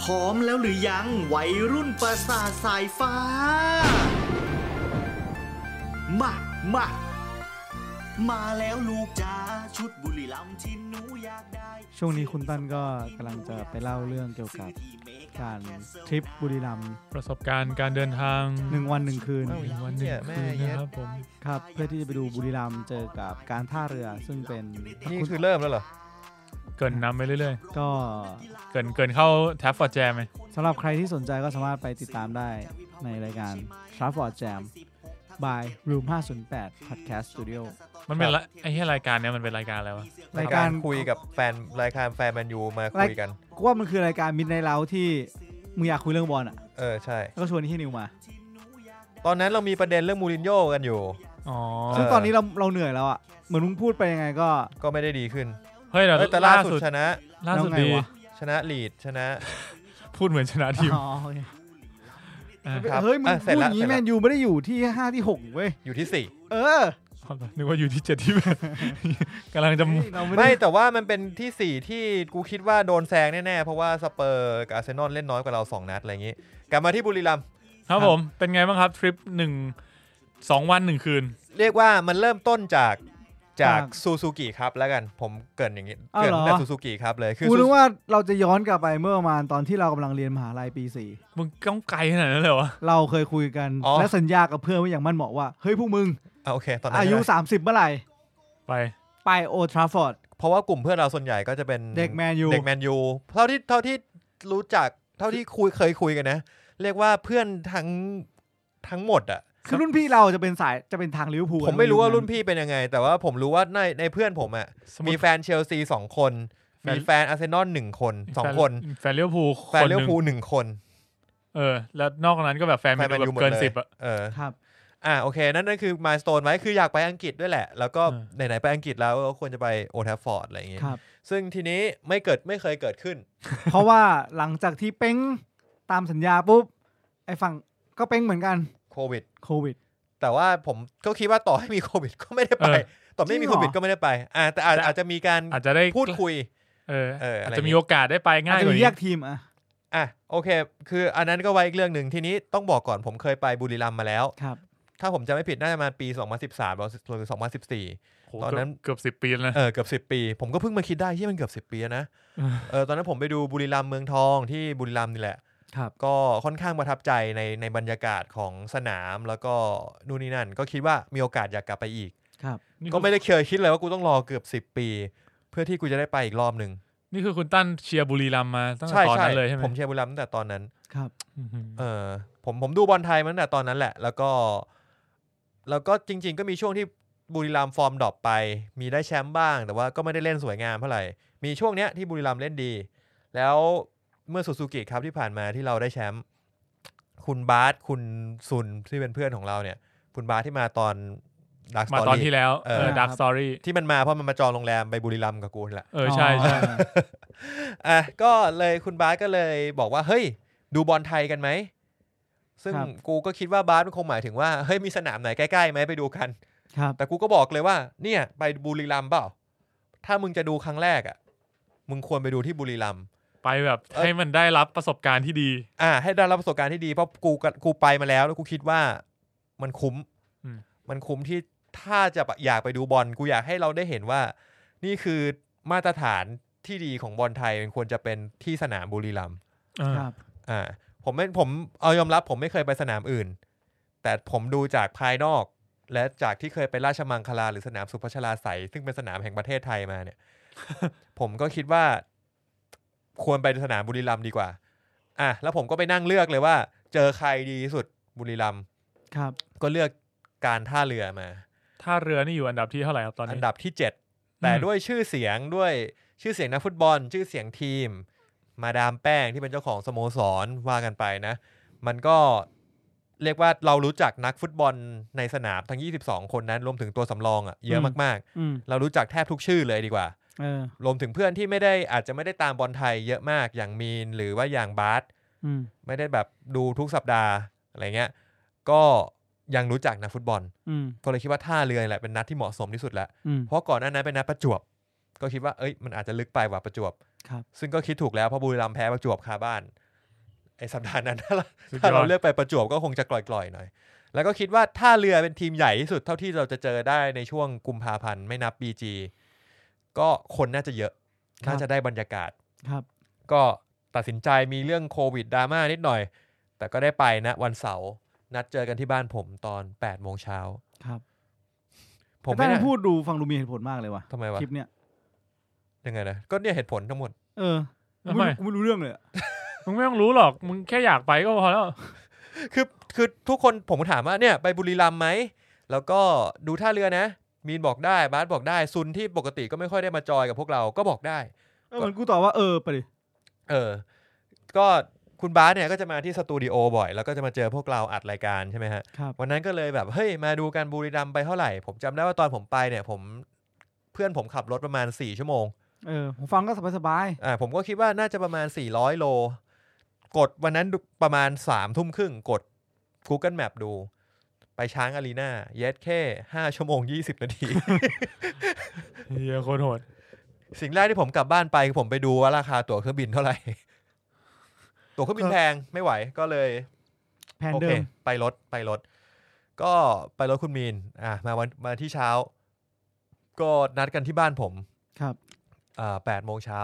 พร้อมแล้วหรือยังวัยรุ่นประสาทสายฟ้า มามา มาแล้วลูกจ้าชุดบุรีรัมย์ที่หนูอยากได้ ช่วงนี้คุณตั้นก็กำลังจะไปเล่าเรื่องเกี่ยวกับการทริปบุรีรัมย์ ประสบการณ์การเดินทาง หนึ่งวันหนึ่งคืน หนึ่งวันหนึ่งคืนนะครับผม ครับเพื่อที่จะไปดูบุรีรัมย์เจอกับการท่าเรือซึ่งเป็น นี่คือเริ่มแล้วเหรอ เกินน้ำไปเรื่อย ก็ ๆ เกินเกินเข้าแท็บฟอร์แจมไหม สำหรับใครที่สนใจก็สามารถไปติดตามได้ในรายการ t r a f f o r d Jam by Room 508 Podcast Studio มันเป็นละไอ้เหี้ยรายการเนี้ยมันเป็นรายการอะไรวะ ราย กา การ ร คุยกับแฟนรายการแฟนแมนยูมาคุยกัน กูว่ามันคือรายการมิดในเล้าที่มึงอยากคุยเรื่องบอลอ่ะ เออใช่ แล้วก็ชวนที่นิวมา ตอนนั้นเรามีประเด็นเรื่องมูรินโญ่กันอยู่ อ๋อ ซึ่ง เออ ตอนนี้เราเราเหนื่อยแล้วอ่ะเหมือนมึงพูดไปยังไงก็ ก็ไม่ได้ดีขึ้น เฮ้ยแต่ เอ้ยแต่ล่า ล่า สุด สุด ชนะ ล่าสุด แล้วไง ดี วะ ชนะลีดชนะ พูดเหมือนชนะทีม อ๋อโอเค ครับ เฮ้ยมึง อ่ะเสร็ พู จ ดอ ละ ย่างนี้ เสร็จ แม ละ นยูไม่ได้อยู่ที่ห้าที่หกเว้ย อยู่ที่สี่ เออ นึกว่าอยู่ที่เจ็ดที่ กำลังจะ เฮ้ยเราไม่ได้ ไม่แต่ว่ามันเป็นที่สี่ที่กูคิดว่าโดนแซงแน่ๆ เพราะว่าสเปอร์กับอาร์เซนอลเล่นน้อยกว่าเราสองนัดอะไรอย่างงี้ กลับมาที่บุรีรัมย์ ครับผม เป็นไงบ้างครับ ทริปหนึ่งสองวันหนึ่งคืน เรียกว่ามันเริ่มต้นจากจาจากก ซูซูกิครับแล้วกันผมเกรินอย่างงี้ อ้าว เกริน เหรอ แต่ซูซูกิครับเลยคือ กู ซู นึกว่าเราจะย้อนกลับไปเมื่อประมาณตอนที่เรากำลังเรียนมหาลัยปีสี่ มึงต้องไกลขนาดนั้นเลยเหรอวะ เราเคยคุยกัน อ๋อ และสัญญากับเพื่อนไว้อย่างมั่นเหมาะว่า เฮ้ยพวกมึง อ่ะโอเคตอนนั้น อายุ ใช่ไหม 30 เมื่อไหร่ ไป ไปโอทราฟอร์ด เพราะว่ากลุ่มเพื่อนเราส่วนใหญ่ก็จะเป็น เด็กแมนยู เด็กแมนยูเท่าที่เท่าที่รู้จักเท่าที่คุยเคยคุยกันนะ เรียกว่าเพื่อนทั้งทั้งหมดอะ คือรุ่นพี่เราจะเป็นสายจะเป็นทางลิเวอร์พูล ผมไม่รู้ว่ารุ่นพี่เป็นยังไง แต่ว่าผมรู้ว่าในในเพื่อนผมอะ สมมติ มีแฟนเชลซีสองคน แฟน มีแฟนอาร์เซนอลหนึ่งคนสองคน แฟนเลี้ยวภูล แฟน คนห เลี้ยว นึ่ง ภูลหนึ่งคน เออ แล้วนอกนั้นก็แบบแฟน แฟ แมน นแมน ยู ยู แบบหมด เกิน เลย สิบอะ เออ ครับ อ่ะโอเค นั่นนั่นคือมาส o ตนไว้คืออยากไปอังกฤษด้วยแหละ แล้วก็ เออ ไหนๆไปอังกฤษแล้วก็ควรจะไปโอทัฟฟอร์ดอะไรอย่างเงี้ย ครับ ซึ่งทีนี้ไม่เกิดไม่เคยเกิดขึ้น เพราะว่าหลังจากที่เป้งตามสัญญาปุ๊บไอ้ฝั่งก็เป้งเหมือนกัน โควิด โควิด แต่ว่าผมก็คิดว่าต่อให้มีโควิดก็ไม่ได้ไป เออ ต่อไม่ จริ มี งเหร โค อ วิดก็ไม่ได้ไปอ่าแต่อาจ แต่ อาจจะมีการ อาจจะได้ พูดคุย เออ เอออะ อาจ ไร จะมีโอกาสได้ไป อา ง่า จ ย จะ กว่า มี นี้ แยกทีมอ่ะ อ่ะโอเค คืออันนั้นก็ไว้อีกเรื่องหนึ่งทีนี้ต้องบอกก่อนผมเคยไปบุรีรัมย์มาแล้ว ครับ ถ้าผมจำไม่ผิดน่าจะประมาณปี 2013หรือ2014 โห ตอนนั้น เกือบสิบ10 ปีแล้วนะ เออเกือบ10 ปี ผมก็เพิ่งมาคิดได้ที่มันเกือบ10 ปีแล้วนะ เออ เออตอนนั้นผมไปดูบุรีรัมย์เมืองทองที่บุรีรัมย์นี่แหละ ครับ ก็ค่อนข้างประทับใจในในบรรยากาศของสนามแล้วก็นู่นนี่นั่น ก็คิดว่ามีโอกาสอยากกลับไปอีก ครับ นี่ ก็ คือ ไม่ได้เคยคิดเลยว่ากูต้องรอเกือบ10 ปี เพื่อที่กูจะได้ไปอีกรอบหนึ่ง นี่คือคุณตั้นเชียร์บุรีรัมย์มาตั้งแต่ตอนนั้นเลยใช่ไหม ผมเชียร์บุรีรัมย์ตั้งแต่ตอนนั้น ครับ อื้อหือ เออผมผมดูบอลไทยมาตั้งแต่ตอนนั้นแหละ แล้วก็ แล้วก็จริง ๆ ก็มีช่วงที่บุรีรัมย์ฟอร์มดรอปไป มีได้แชมป์บ้าง แต่ว่าก็ไม่ได้เล่นสวยงามเท่าไหร่ มีช่วงเนี้ยที่บุรีรัมย์เล่นดี แล้วเมื่อซูซูกิครับที่ผ่านมาที่เราได้แชมป์คุณบาสคุณซุนที่เป็นเพื่อนของเราเนี่ย คุณบาสที่มาตอนดักส มา ตอ ตอน รี่ ที่แล้ว เออ เออดักสตอรี่ ที่มันมาเพราะมันมาจองโรงแรมไปบุรีรัมย์กับกูนั่นแหละ เออใช่ใช่ อ๋อ อ่ะก็เลยคุณบาสก็เลยบอกว่า เฮ้ย ดูบอลไทยกันไหม ซึ่งกูก็คิดว่าบาสมันคงหมายถึงว่า เฮ้ย มีสนามไหนใกล้ๆไหมไปดูกัน ครับ แต่กูก็บอกเลยว่า เนี่ย ไปบุรีรัมย์เปล่า ถ้ามึงจะดูครั้งแรกอ่ะ มึงควรไปดูที่บุรีรัมย์ ไปแบบ เออ ให้มันได้รับประสบการณ์ที่ดี อ่า ให้ได้รับประสบการณ์ที่ดี เพราะกูก็กูไปมาแล้ว แล้วกูคิดว่ามันคุ้ม อืม มันคุ้มที่ถ้าจะอยากไปดูบอล กูอยากให้เราได้เห็นว่า นี่คือมาตรฐานที่ดีของบอลไทยมันควรจะเป็นที่สนามบุรีรัมย์ เออ ครับ อ่าผมไม่ผมเอายอมรับผมไม่เคยไปสนามอื่น แต่ผมดูจากภายนอก และจากที่เคยไปราชมังคลาหรือสนามสุพัชลาไสยซึ่งเป็นสนามแห่งประเทศไทยมาเนี่ย ผมก็คิดว่า ควรไปสนามบุรีรัมย์ดีกว่า อ่ะแล้วผมก็ไปนั่งเลือกเลยว่า เจอใครดีที่สุดบุรีรัมย์ ครับ ก็เลือกการท่าเรือมา ท่าเรือนี่อยู่อันดับที่เท่าไหร่ครับตอน อั นี้ นดับที่ 7 แต่ อืม ด้วยชื่อเสียงด้วยชื่อเสียงนักฟุตบอล ชื่อเสียงทีม มาดามแป้งที่เป็นเจ้าของสโมสรว่ากันไปนะ มันก็เรียกว่าเรารู้จักนักฟุตบอลในสนามทั้ง 22 คนนั้น รวมถึงตัวสำรองอะ่ะเยอะ อืม มาก อืม ๆ เรารู้จักแทบทุกชื่อเลยดีกว่า เออ รวมถึงเพื่อนที่ไม่ได้อาจจะไม่ได้ตามบอลไทยเยอะมากอย่างมีนหรือว่าอย่างบาส อืม ไม่ได้แบบดูทุกสัปดาห์อะไรเงี้ยก็ยังรู้จักนักฟุตบอล อืม ก็เลยคิดว่าท่าเรือนี่แหละเป็นนัดที่เหมาะสมที่สุดแล้ว อืม เพราะก่อนหน้านั้นเป็นนัดประจวบ ก็คิดว่าเอ้ยมันอาจจะลึกไปกว่าประจวบ ครับ ซึ่งก็คิดถูกแล้วเพราะบุรีรัมย์แพ้ประจวบคาบ้าน ไอสัปดาห์นั้น ถ้าเรา สุดยอด ถ้าเราเลือกไปประจวบก็คงจะกล่อยๆหน่อย แล้วก็คิดว่าถ้าเรือเป็นทีมใหญ่ที่สุดเท่าที่เราจะเจอได้ในช่วงกุมภาพันธ์ไม่นับ BG ก็คนน่าจะเยอะ ครับ น่าจะได้บรรยากาศ ครับ ก็ตัดสินใจมีเรื่องโควิดดราม่านิดหน่อย แต่ก็ได้ไปนะวันเสาร์นัดเจอกันที่บ้านผมตอน8โมงเช้า ครับ ผม แต่ ไม่น่า พูดดูฟังดูมีเหตุผลมากเลยว่ะ ทำไมวะ คลิปเนี้ย ยังไงนะก็เนี่ยเหตุผลทั้งหมด เออ ทำไม กูไม่รู้เรื่องเลยอะ มึงไม่ต้องรู้หรอก มึงแค่อยากไปก็พอแล้ว คือคือทุกคนผมถามว่าเนี่ยไปบุรีรัมย์ไหม แล้วก็ดูท่าเรือนะ มีนบอกได้บาสบอกได้ซุนที่ปกติก็ไม่ค่อยได้มาจอยกับพวกเราก็บอกได้ เออเหมือนกูตอบว่าเออไปดิ เออ ก็คุณบาสเนี่ยก็จะมาที่สตูดิโอบ่อย แล้วก็จะมาเจอพวกเราอัดรายการใช่ไหมฮะ ครับ วันนั้นก็เลยแบบเฮ้ยมาดูการบุรีรัมย์ไปเท่าไหร่ ผมจำได้ว่าตอนผมไปเนี่ย ผมเพื่อนผมขับรถประมาณ 4 ชั่วโมง เออผมฟังก็สบาย อ่าผมก็คิดว่าน่าจะประมาณ 400 โล กดวันนั้นดูประมาณ3ทุ่มครึ่งกด Google Map ดู ไปช้างอารีนาเยสแค่ 5 ชั่วโมง 20 นาที เฮียโคตรโหด สิ่งแรกที่ผมกลับบ้านไปคือผมไปดูว่าราคาตั๋วเครื่องบินเท่าไหร่ ตั๋วเครื่องบินแพงไม่ไหวก็เลย ๆแผน โอ เดิ เค ม ไปรถไปรถ ก็ไปรถคุณมีนอ่ะมาวันมาที่เช้า ก็นัดกันที่บ้านผม ครับ อ่าแปดโมงเช้า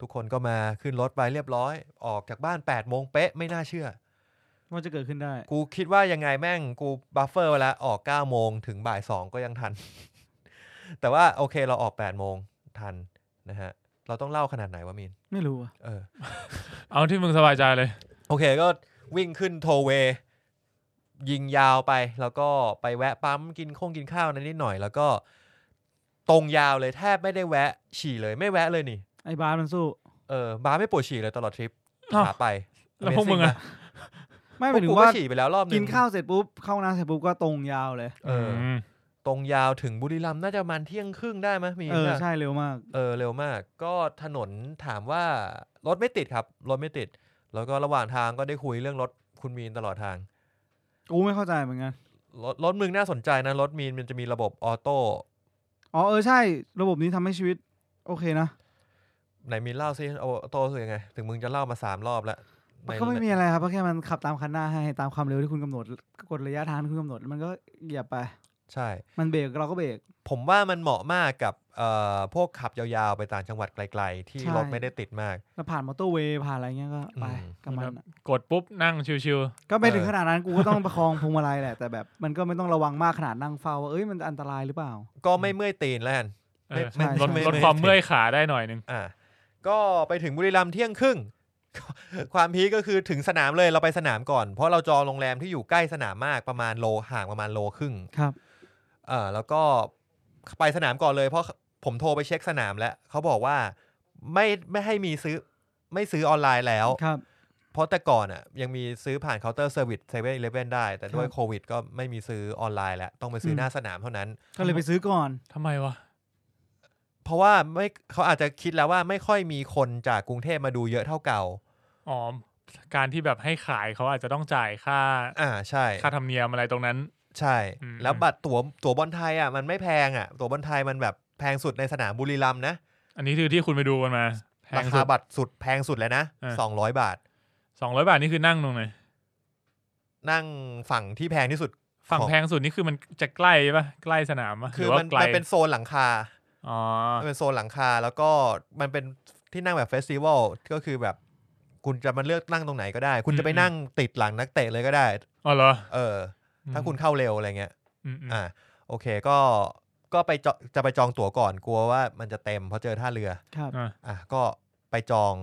ทุกคนก็มาขึ้นรถไปเรียบร้อย ออกจากบ้าน8ปดโมงเป๊ะไม่น่าเชื่อ ว่าจะเกิดขึ้นได้ กูคิดว่ายังไงแม่งกูบัฟเฟอร์ไว้แล้วออก9ก้าโมงถึงบ่ายสองก็ยังทัน แต่ว่าโอเคเราออก8ปดโมงทันนะฮะ เราต้องเล่าขนาดไหนวะมีน ไม่รู้อ่ะ เออ เอาที่มึงสบายใจเลย โอเคก็วิ่งขึ้นโทเวย์ยิงยาวไป แล้วก็ไปแวะปั๊มกินคงกินข้าวนั้นนิดหน่อย แล้วก็ตรงยาวเลยแทบไม่ได้แวะ ฉี่เลยไม่แวะเลยนี่ ไอ้บาสมันสู้ เออบาร์ไม่ปวดฉี่เลยตลอดทริป อ้าว ขาไป แล้วพวก Amazing มึงอะ ป ไม่ห พว มาก ยถึ กู ง ก็ ว่า ฉี่ไปแล้วรอบนึง กินข้าวเสร็จปุ๊บเข้าห้องน้ำเสร็จปุ๊บก็ตรงยาวเลย เอออ ม ตรงยาวถึงบุรีรัมย์น่าจะประมาณเที่ยงครึ่งได้ไหมยมี เออ น่ะ ใช่เร็วมาก เออเร็วมาก ก็ถนนถามว่ารถไม่ติดครับ รถไม่ติด แล้วก็ระหว่างทางก็ได้คุยเรื่องรถคุณมีนตลอดทาง กูไม่เข้าใจเหมือนกัน รถรถมึงน่าสนใจนะรถมีนมันจะมีระบบออโต้ อ๋อเออใช่ ระบบนี้ทำให้ชีวิต โอเคนะ ไหนมีนเล่าซิออโต้คือยังไง ถึงมึงจะเล่ามาสามรอบแล้ว มันก็ไม่มีอะไรครับเพราะแค่มันขับตามคันหน้าให้ตามความเร็วที่คุณกำหนดกฎระยะทางที่คุณกำหนดมันก็เหยียบไป ใช่ มันเบรกเราก็เบรก ผมว่ามันเหมาะมากกับเอ่อพวกขับยาวๆ ไปต่างจังหวัดไกลๆ ที่ ใช่ รถไม่ได้ติดมาก แล้วผ่านมอเตอร์เวย์ผ่านอะไรเงี้ยก็ไป อืม กับมันอะ กดปุ๊บนั่งชิว ก็ไม่ถึง เออ ขนาดนั้นกูก็ต้องประคองพวงมาลัยแหละแต่แบบมันก็ไม่ต้องระวังมากขนาดนั่งเฝ้าว่าเอ้ยมันอันตรายหรือเปล่า ก็ไม่เมื่อยตีนแล้วกัน ๆเออ ไม่ไม่ ลด ไม่ ลดความเมื่อยขาได้หน่อยหนึง อ่าก็ไปถึงบุรีรัมย์เที่ยงครึ่ง ความพีคก็คือถึงสนามเลยเราไปสนามก่อน เพราะเราจองโรงแรมที่อยู่ใกล้สนามมากประมาณโลห่างประมาณโลครึ่ง ครับ เออแล้วก็ไปสนามก่อนเลยเพราะผมโทรไปเช็คสนามแล้วเขาบอกว่าไม่ไม่ให้มีซื้อไม่ซื้อออนไลน์แล้ว ครับ เพราะแต่ก่อนอ่ะยังมีซื้อผ่านเคาน์เตอร์เซอร์วิสเซเว่นอีเลฟเว่นได้ แต่ด้วย ครับ โควิด ก็ไม่มีซื้อออนไลน์แล้วต้องไปซื้ออ ม หน้าสนามเท่านั้น ก็เลยไปซื้อก่อน ทำไมวะ เพราะว่าไม่เขาอาจจะคิดแล้วว่าไม่ค่อยมีคนจากกรุงเทพมาดูเยอะเท่าเก่า อ๋อ การที่แบบให้ขายเขาอาจจะต้องจ่ายค่า อ่าใช่ ค่าธรรมเนียมอะไรตรงนั้น ใช่ อืม แล้วบัตรตั๋วตั๋วบอลไทยอ่ะมันไม่แพงอ่ะตั๋วบอลไทยมันแบบแพงสุดในสนามบุรีรัมย์นะ อันนี้คือที่คุณไปดูกันมาแพ ราง คา สุด บัตรสุดแพงสุดเลยนะ อ่า สองร้อยบาท สองร้อยบาทนี่คือนั่งตรงไหน นั่งฝั่งที่แพงที่สุด ฝั่ง ของ แพงสุดนี่คือมันจะใกล้ปะใกล้สนามปะห คื รือ อว่า มัน ไกล มันเป็นโซนหลังคา อ๋อ มันเป็นโซนหลังคาแล้วก็มันเป็นที่นั่งแบบเฟสติวัลก็คือแบบ คุณจะมาเลือกนั่งตรงไหนก็ได้ คุณจะไป อืมอืม นั่งติดหลังนักเตะเลยก็ได้ อ๋อเหรอ เออ ถ้าคุณเข้าเร็วอะไรเงี้ย อืมอืม อ่าโอเคก็ก็ไปจอจะไปจองตั๋วก่อนกลัวว่ามันจะเต็มเพราะเจอท่าเรือ ครับ อ่ะ อ่ะก็ไปจอง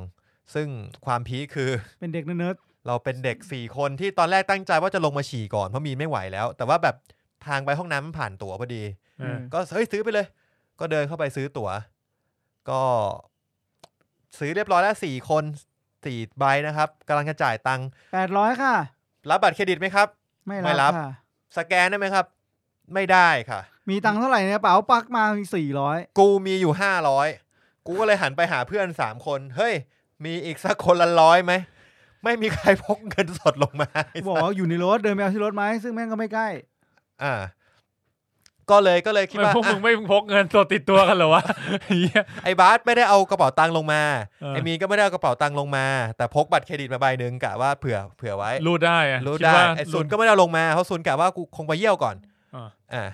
ซึ่งความพีคคือ เป็นเด็กเนิร์ด เราเป็นเด็กสี่คนที่ตอนแรกตั้งใจว่าจะลงมาฉี่ก่อนเพราะมีนไม่ไหวแล้ว แต่ว่าแบบทางไปห้องน้ำมันผ่านตั๋วพอดี ๆ เออ ก็เฮ้ยซื้อไปเลย ก็เดินเข้าไปซื้อตั๋ว ก็ซื้อเรียบร้อยแล้วสี่คนสี่ใบนะครับกำลังจะจ่ายตังค์ แปดร้อยค่ะ รับบัตรเครดิตไหมครับ ไม่ ไม่รั รับบ ค่ะ สแกนได้ไหมครับ ไม่ได้ค่ะ มีตังค์เท่าไหร่ในกระเป๋าปักมามีสี่ร้อย กูมีอยู่ห้าร้อยกูก็เลยหันไปหาเพื่อนสามคน เฮ้ย มีอีกสักคนละร้อยไหม ไม่มีใครพกเงินสด ลงมา บอกว่าอยู่ในรถเดินไปเอาที่รถไหมซึ่งแม่งก็ไม่ใกล้ อ่า ก็เลยก็เลยคิด ไม่ ว่า พวกมึง อ่ะ ไม่พกเงินสดติดตัวกันเหรอวะ เหี้ย ไอ้บาสไม่ได้เอากระเป๋าตังค์ลงมา เออ ไอ้มีนก็ไม่ได้เอากระเป๋าตังค์ลงมา แต่พกบัตรเครดิตมาใบหนึ่งกะว่าเผื่อเผื่อไว้ รูดได้อะ รู้ คิ ได้ ว่า ไอ้ซุน รูด ก็ไม่ได้เอาลงมาเพราะซุนกะว่ากูคงไปเยี่ยวก่อน อ่า อ่า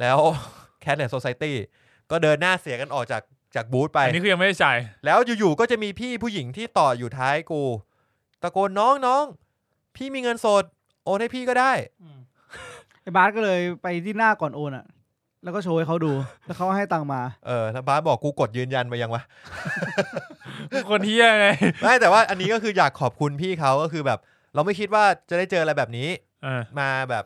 แล้ว แคทเลนโซซตี้ก็เดินหน้าเสียกันออกจากจากบูธไป อันนี้คือยังไม่ได้จ่าย แล้วอยู่ๆ ก็จะมีพี่ผู้หญิงที่ต่ออยู่ท้ายกู ตะโกนน้องน้องพี่มีเงินสด โอนให้พี่ก็ได้ ไอ้บาสก็เลยไปที่หน้าก่อนโอนอ่ะ แล้วก็โชว์ให้เขาดู แล้วเขาให้ตังค์มา เออแล้วบาสบอกกูกดยืนยันไปยังวะ คนเฮียไง ไม่แต่ว่าอันนี้ก็คืออยากขอบคุณพี่เขาก็คือแบบ เราไม่คิดว่าจะได้เจออะไรแบบนี้ อ่า มาแบบ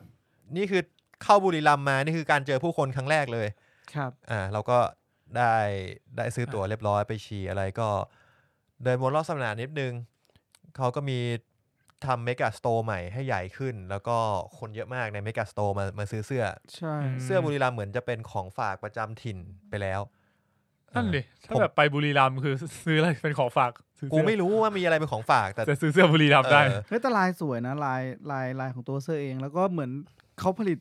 นี่คือเข้าบุรีรัมย์มานี่คือการเจอผู้คนครั้งแรกเลย ครับ อ่าเราก็ได้ได้ซื้อตั๋วเรียบร้อยไปฉี่อะไรก็ เดินวนรอบสนามนิดนึงเขาก็มีทำเมกะสโตร์ใหม่ให้ใหญ่ขึ้น แล้วก็คนเยอะมากในเมกะสโตร์มามาซื้อเสื้อ ใช่ เสื้อบุรีรัมย์เหมือนจะเป็นของฝากประจำถิ่นไปแล้ว นั่นดิ เอ ถ้าแบบไปบุรีรัมย์คือซื้ออะไรเป็นของฝากซื้อ อ เสื้ กู อ ไม่รู้ว่ามีอะไรเป็นของฝากแต่ แต่ซื้อเสื้อบุรีรัมย์ได้ เออ เฮ้ยแต่ลายสวยนะลายลายลายของตัวเสื้อเอง แล้วก็เหมือนเขาผลิต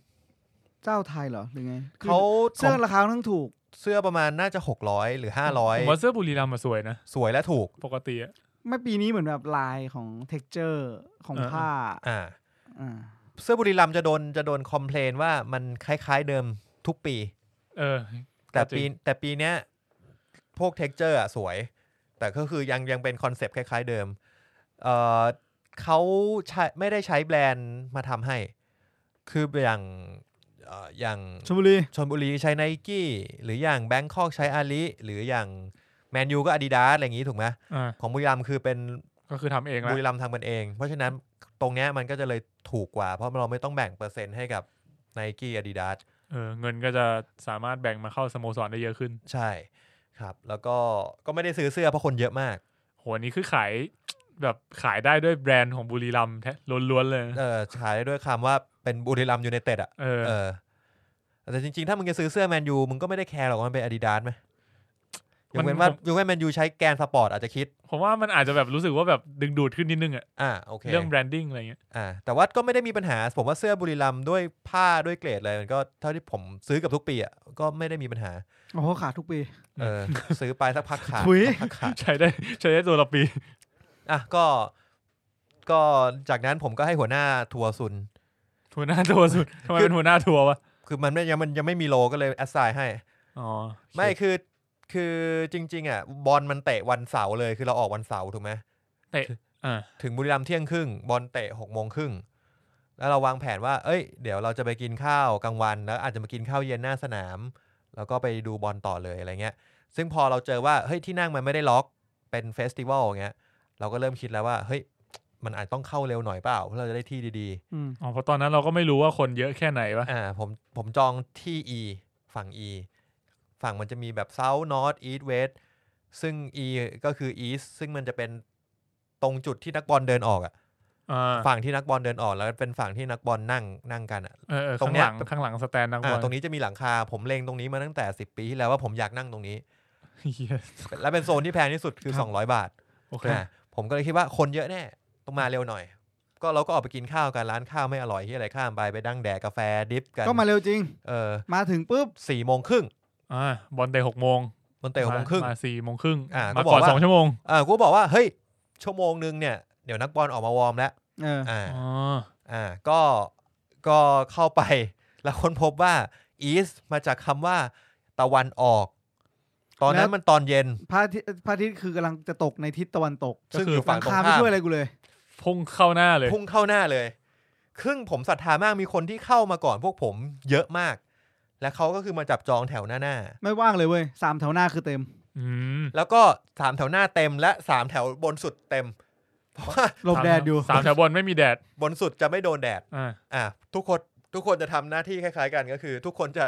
เจ้าไทยเหรอหรือไง เขา เสื้อราคาทั้งถูก เสื้อประมาณน่าจะ 600 หรือ ผมว่าเสื้อบุรีรัมย์มาสวยนะ 500 สวยและถูก ปกติอะ ไม่ปีนี้เหมือนแบบลายของ t e x t อร์ของผ้า อ่า อ่า เสื้อบุรีรัมย์จะโดนจะโดนคอมเพลนว่ามันคล้าย ๆเดิมทุกปี เออ แต่ ก็จริ ปี ง แต่ปีเนี้ยพวกเท็กเจอร์อะสวย แต่ก็คือยังยังเป็นคอนเซปต์คล้าย ๆเดิมเอ่อเขาใช้ไม่ได้ใช้แบรนด์มาทำให้ คืออย่างเอ่ออย่าง ชลบุรี ชนบุรีใช้ไนกี้หรืออย่างแบงคอกใช้อาลีหรืออย่างแมนยูก็อาดิดาสอะไรอย่างนี้ถูกไหม อ่า ของบุรีรัมย์คือเป็น ก็คือทำเองละ บุรีรัมย์ทำกันเอง เพราะฉะนั้นตรงเนี้ยมันก็จะเลยถูกกว่า เพราะเราไม่ต้องแบ่งเปอร์เซ็นต์ให้กับไนกี้อาดิดาส เออเงินก็จะสามารถแบ่งมาเข้าสโมสรได้เยอะขึ้น ใช่ครับ แล้วก็ก็ไม่ได้ซื้อเสื้อเพราะคนเยอะมาก โหอันนี้คือขายแบบขายได้ด้วยแบรนด์ของบุรีรัมย์แท้ล้วนๆเลยนะ เออขายได้ด้วยคำว่าเป็นบุรีรัมย์ยูไนเต็ดอ่ะ เออ เออแต่จริงๆ ถ้ามึงจะซื้อเสื้อแมนยูมึงก็ไม่ได้แคร์หรอกว่ามันเป็นอาดิดาสไหมย มั ก น เว้นว่ายกเว้นแมนยูใช้แกนสปอร์ตอาจจะคิด ผมว่ามันอาจจะแบบรู้สึกว่าแบบดึงดูดขึ้นนิดนึงอะ อ่าโอเค เรื่องแบรนดิ้งอะไรเงี้ย อ่าแต่ว่าก็ไม่ได้มีปัญหา ผมว่าเสื้อบุรีรัมย์ด้วยผ้าด้วยเกรดอะไรมันก็เท่าที่ผมซื้อกับทุกปีอ่ะก็ไม่ได้มีปัญหา โอ้โหขาดทุกปี เออ ซื้อไปสักพักขาด ถุย สักพักขาด ใช้ได้ใช้ได้ตัวละปี อ่ะก็ ก็จากนั้นผมก็ให้หัวหน้าทัวร์ซุน หัวหน้าทัวร์สุดทำไมเป็นหัวหน้าทัวร์วะ คือมันไม่ยังมันยังไม่มีโลก็เลยแอสไซน์ให้ อ๋อ ไม่คือคือจริง ๆ อ่ะ บอลมันเตะวันเสาร์เลยคือเราออกวันเสาร์ถูกไหม เตะอ่า ถึงบุรีรัมย์เที่ยงครึ่ง บอลเตะหกโมงครึ่ง แล้วเราวางแผนว่า เอ้ย เดี๋ยวเราจะไปกินข้าวกลางวัน แล้วอาจจะมากินข้าวเย็นหน้าสนาม แล้วก็ไปดูบอลต่อเลยอะไรเงี้ย ซึ่งพอเราเจอว่า เฮ้ย ที่นั่งมันไม่ได้ล็อก เป็นเฟสติวัลอย่างเงี้ย เราก็เริ่มคิดแล้วว่า เฮ้ย มันอาจต้องเข้าเร็วหน่อยเปล่า เพื่อเราจะได้ที่ดี อืม อ๋อเพราะตอนนั้นเราก็ไม่รู้ว่าคนเยอะแค่ไหนวะ ๆ อ่า ผม ผมจองที่ E ฝั่ง E ฝั่งมันจะมีแบบ South North East West ซึ่ง E ก็คือ East ซึ่งมันจะเป็นตรงจุดที่นักบอลเดินออกอะ อ่า ฝั่งที่นักบอลเดินออกแล้วเป็นฝั่งที่นักบอลนั่งนั่งกันอ่ะ เออเออ ตร ข้างง เนี้ ห ย ลังข้างหลังสแตนนักบอ อ่า ล ตรงนี้จะมีหลังคาผมเล็งตรงนี้มาตั้งแต่ 10 ปีที่แล้วว่าผมอยากนั่งตรงนี้ เหี้ย และเป็นโซนที่แพงที่สุดคือ 200 บาท โอเค อ่าผมก็เลยคิดว่าคนเยอะแน่ต้องมาเร็วหน่อย ก็เราก็ออกไปกินข้าวกันร้านข้าวไม่อร่อยที่อะไรข้ามไปไปดั่งแดกกาแฟดิฟกัน ก็มาเร็วจริง เออ มาถึงปุ๊บ สี่โมงครึ่ง อ่าบอลเตะหกโมง มันเตะหกโมงครึ่ง มาสี่โมงครึ่ง อ่าก็ มา บอก่อกน ว่า สองชั่วโมง อ่ากูบอกว่าเฮ้ยชั่วโมงนึงเนี่ยเดี๋ยวนักบอลออกมาวอร์มแล้ว เออ อ่า อ๋อ อ่าก็ก็เข้าไปแล้วค้นพบว่า east มาจากคำว่าตะวันออก ตอนแล้นั้น ว มันตอนเย็น พระอาทิตย์พระอาทิตย์คือกำลังจะตกในทิศตะวันตก ซึ่งอยู่ฝั่ง หลัคา ตรงข้าม ไม่ช่วยอะไรกูเลย พุ่งเข้าหน้าเลย พุ่งเข้าหน้าเลย ครึ่งผมศรัทธามากมีคนที่เข้ามาก่อนพวกผมเยอะมาก และเขาก็คือมาจับจองแถวหน้าหน้า ไม่ว่างเลยเว้ยสามแถวหน้าคือเต็ม อืม แล้วก็สามแถวหน้าเต็มและสามแถวบนสุดเต็ม เพราะว่า หลบแดดอยู่ สามแถวบนไม่มีแดด บนสุดจะไม่โดนแดด อ่า อ่าทุกคนทุกคนจะทำหน้าที่คล้าย ๆ กันก็คือ ทุกคนจะ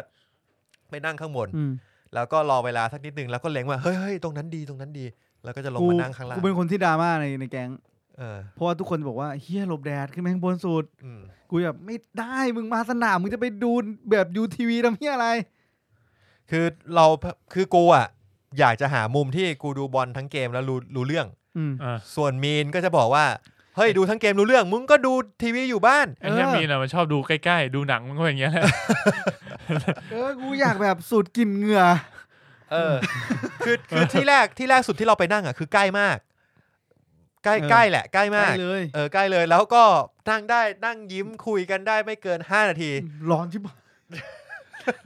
ไปนั่งข้างบน อืม แล้วก็รอเวลาสักนิดนึงแล้วก็เล็งว่าเฮ้ยเฮ้ยตรงนั้นดีตรงนั้นดี แล้วก็จะลง กู มานั่งข้างล่าง กูเป็นคนที่ดราม่าในในแก๊ง เออ เพราะว่าทุกคนจะบอกว่าเฮียหลบแดดขึ้นไปข้างบนสุด อืม กูแบบไม่ได้มึงมาสนามมึงจะไปดูแบบยูทีวีทำเฮียอะไร คือเราคือกูอ่ะอยากจะหามุมที่กูดูบอลทั้งเกมแล้วรู้รู้เรื่อง อืม อ่า ส่วนมีนก็จะบอกว่า เฮ้ยดูทั้งเกมรู้เรื่อง มึงก็ดูทีวีอยู่บ้าน ไอ้เนี้ย เออ มีนอะมันชอบดูใกล้ๆ ดูหนังมันก็อย่างเงี้ยแหละ เออ กูอยากแบบสูตรกลินเหงื่อ เออ คือคือที่แรกที่แรกสุดที่เราไปนั่งอ่ะคือใกล้มาก ใกล้ เออ ใกล้แหละใกล้มาก ได้เลย เออใกล้เลยแล้วก็นั่งได้นั่งยิ้มคุยกันได้ไม่เกิน 5 นาที ร้อนที่บ้าน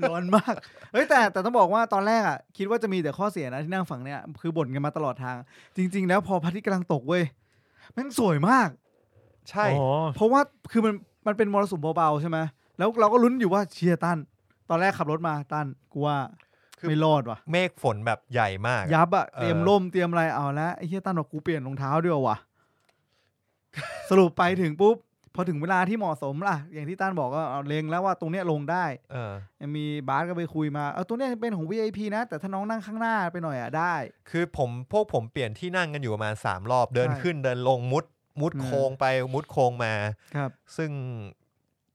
ร้อนมาก เฮ้ยแต่แต่ต้องบอกว่าตอนแรกอ่ะ คิดว่าจะมีแต่ข้อเสียนะที่นั่งฝั่งเนี้ยคือบ่นกันมาตลอดทาง จริง ๆ แล้วพอพระอาทิตย์กำลังตกเว้ยแม่งสวยมาก ใช่ โอ้โห เพราะว่าคือมันมันเป็นมรสุมเบาๆใช่ไหมแล้วเราก็ลุ้นอยู่ว่าเชียร์ตัน ตอนแรกขับรถมาตันกูว่า คือ ไม่รอดว่ะ เมฆฝนแบบใหญ่มาก ยับอะ เออ เตรียมร่มเตรียมอะไรเอาแล้วไอ้เฮียตันบอกกูเปลี่ยนรองเท้าด้วย ว่ะ สรุปไปถึงปุ๊บ พอถึงเวลาที่เหมาะสมล่ะ อย่างที่ตันบอกก็เอาเลงแล้วว่าตรงเนี้ยลงได้ เออ มีบาสก็ไปคุยมา เอาตัวเนี้ยเป็นของ VIP นะ แต่ถ้าน้องนั่งข้างหน้าไปหน่อยอ่ะได้ คือผมพวกผมเปลี่ยนที่นั่งกันอยู่ประมาณ 3 รอบเดิน ใช่ ขึ้นเดินลงมุด มุด อืม โค้งไปมุดโค้งมา ครับ ซึ่ง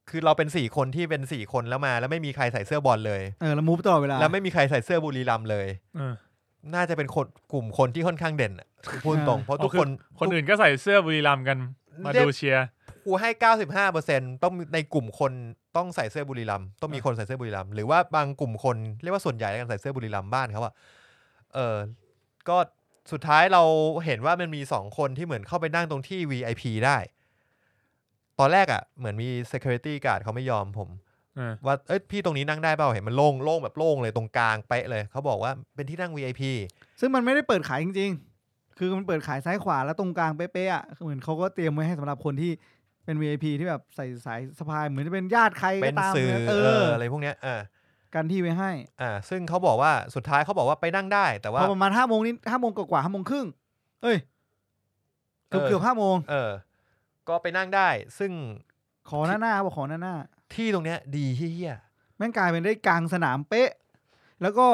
คือเราเป็น 4 คนที่เป็น 4 คนแล้วมา แล้วไม่มีใครใส่เสื้อบอลเลย เออแล้วมูฟตลอดเวลา แล้วไม่มีใครใส่เสื้อบุรีรัมย์เลย เออ น่าจะเป็นคนกลุ่มคนที่ค่อนข้างเด่นอะพูดตรง อ่า เพราะทุกคน คนอื่นก็ใส่เสื้อบุรีรัมย์กัน มาดูเชียร์ กูให้ 95%ต้องในกลุ่มคนต้องใส่เสื้อบุรีรัมย์ต้องมีคนใส่เสื้อบุรีรัมย์หรือว่าบางกลุ่มคนเรียกว่าส่วนใหญ่แล้วกันใส่เสื้อบุรีรัมย์บ้านเขาอะเออก็สุดท้ายเราเห็นว่ามันมีสองคนที่เหมือนเข้าไปนั่งตรงที่ VIP ได้ ตอนแรกอะเหมือนมี security guard เขาไม่ยอมผม เออ ว่าเอ้ยพี่ตรงนี้นั่งได้เปล่าเห็นมันโล่งโล่งแบบโล่งเลยตรงกลางเป๊ะเลยเขาบอกว่าเป็นที่นั่ง VIP ซึ่งมันไม่ได้เปิดขายจริง ๆ คือมันเปิดขายซ้ายขวาแล้วตรงกลางเป๊ะๆอ่ะคือเหมือนเขาก็เตรียมไว้ให้สำหรับคนที่เป็น VIP ที่แบบใส่สายสะพาย เหมือนจะเป็นญาติใคร เป็ ก็ น ตาม สื่อ นะ เอ เอ อ อ อะไรพวกเนี้ยอ่า กันที่ไว้ให้ อ่าซึ่งเขาบอกว่าสุดท้ายเขาบอกว่าไปนั่งได้ แต่ พ ว่า อประมาณห้าโมงนี้ห้าโมงกว่าห้าโมงครึ่งเอ้ย เกือบ เออ เกือบห้าโมง เออ ก็ไปนั่งได้ ซึ่ง ขอหน้าหน้าบอกขอหน้าหน้า ที่ตรงเนี้ยดีเฮี้ย แม่งกลายเป็นได้กลางสนามเป๊ะ แล้วก็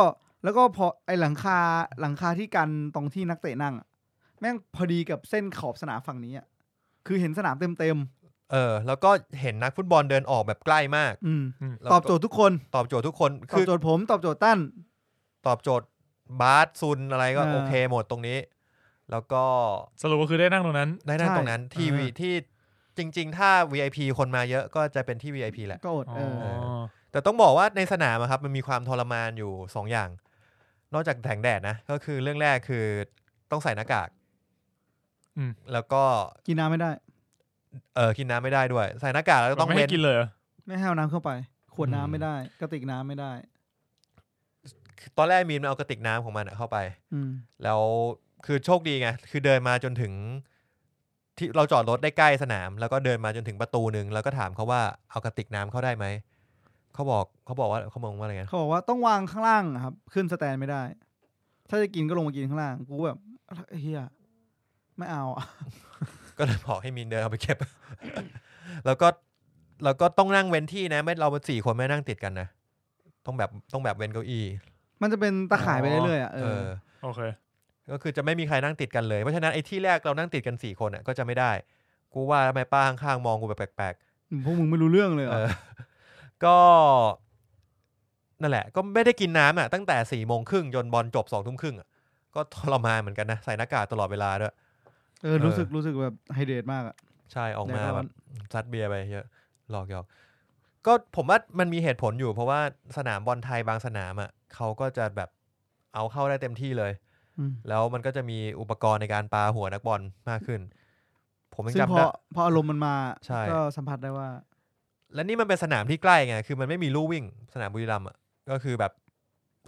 แล้วก็พอไอหลังคาหลังคาที่กันตรงที่นักเตะนั่งอะแม่งพอดีกับเส้นขอบสนามฝั่งนี้อะคือเห็นสนามเต็ม ๆเออ แล้วก็เห็นนักฟุตบอลเดินออกแบบใกล้มาก ๆอืม แล้ตวก็ อบโจทย์ทุกคน ตอบโจทย์ทุกคน ตอบ คือ โจทย์ผมตอบโจทย์ตั้น ตอบโจทย์บาสซุนอะไรก็ เออ โอเคหมดตรงนี้ แล้วก็ สรุปก็คือได้นั่งตรงนั้น ได้นั่ง ใช่ ตรงนั้นที เออ วีที่จริง ๆ ถ้า VIP คนมาเยอะก็จะเป็นที่ VIP แหละ ก็อดเออ อ๋อ แต่ต้องบอกว่าในสนามอะครับมันมีความทรมานอยู่สองอย่าง นอกจากแสงแดดนะ ก็คือเรื่องแรกคือต้องใส่หน้ากาก อืม แล้วก็ กินน้ำไม่ได้ เออกินน้ำไม่ได้ด้วย ใส่หน้ากากแล้วก็ต้อง ไม่ เว้น ให้กินเลยเหรอ ไม่ให้เอาน้ำเข้าไป ขวด อืม น้ำไม่ได้กระติกน้ำไม่ได้ ตอนแรกมีนมันเอากระติกน้ำของมันอะเข้าไป อืม แล้วคือโชคดีไงคือเดินมาจนถึง ที่เราจอดรถได้ใกล้สนาม แล้วก็เดินมาจนถึงประตูหนึ่งแล้วก็ถามเขาว่าเอากระติกน้ำเข้าได้ไหมเขาบอกเขาบอกว่าเขามองว่าอะไรกัน เขาบอกว่าต้องวางข้างล่างอะครับ ขึ้นสแตนไม่ได้ ถ้าจะกินก็ลงมากินข้างล่าง กูแบบเฮียไม่เอาอะ ก็เลยบอกให้มีนเดินเอาไปเก็บ แล้วก็แล้วก็ต้องนั่งเว้นที่นะไม่เราสี่คนไม่นั่งติดกันนะต้องแบบต้องแบบเว้นเก้าอี้ มันจะเป็นตะข่ายไปเรื่อยๆอ่ะเอ เอ อ อ โอเค ก็คือจะไม่มีใครนั่งติดกันเลย เพราะฉะนั้นไอ้ที่แรกเรานั่งติดกันสี่คนอ่ะก็จะไม่ได้ กูว่าทำไมป้าข้างๆมองกูแบบแปลก พวกมึงไม่รู้เรื่องเลย ๆ เหร เอ อ อ ก็ นั่นแหละ ก็ไม่ได้กินน้ำอ่ะตั้งแต่สี่โมงครึ่งจนบอลจบสองทุ่มครึ่งอ่ะก็ทรมานเหมือนกันนะ ใส่หน้ากากตลอดเวลาด้วย เออ รู้สึกรู้สึกแบบไฮเดรตมากอ่ะ ใช่ออกมา แดดร้อน แบบซัดเบียร์ไปเยอะหลอกหยอกก็ผมว่ามันมีเหตุผลอยู่ เพราะว่าสนามบอลไทยบางสนามอ่ะเขาก็จะแบบเอาเข้าได้เต็มที่เลย อืม แล้วมันก็จะมีอุปกรณ์ในการปาหัวนักบอลมากขึ้น ผมยัง ซึ่งพ จำ อ ได้ พออารมณ์มันมา ใช่ ก็สัมผัสได้ว่า และนี่มันเป็นสนามที่ใกล้ไง คือมันไม่มีลู่วิ่ง สนามบุรีรัมย์อ่ะ ก็คือแบบ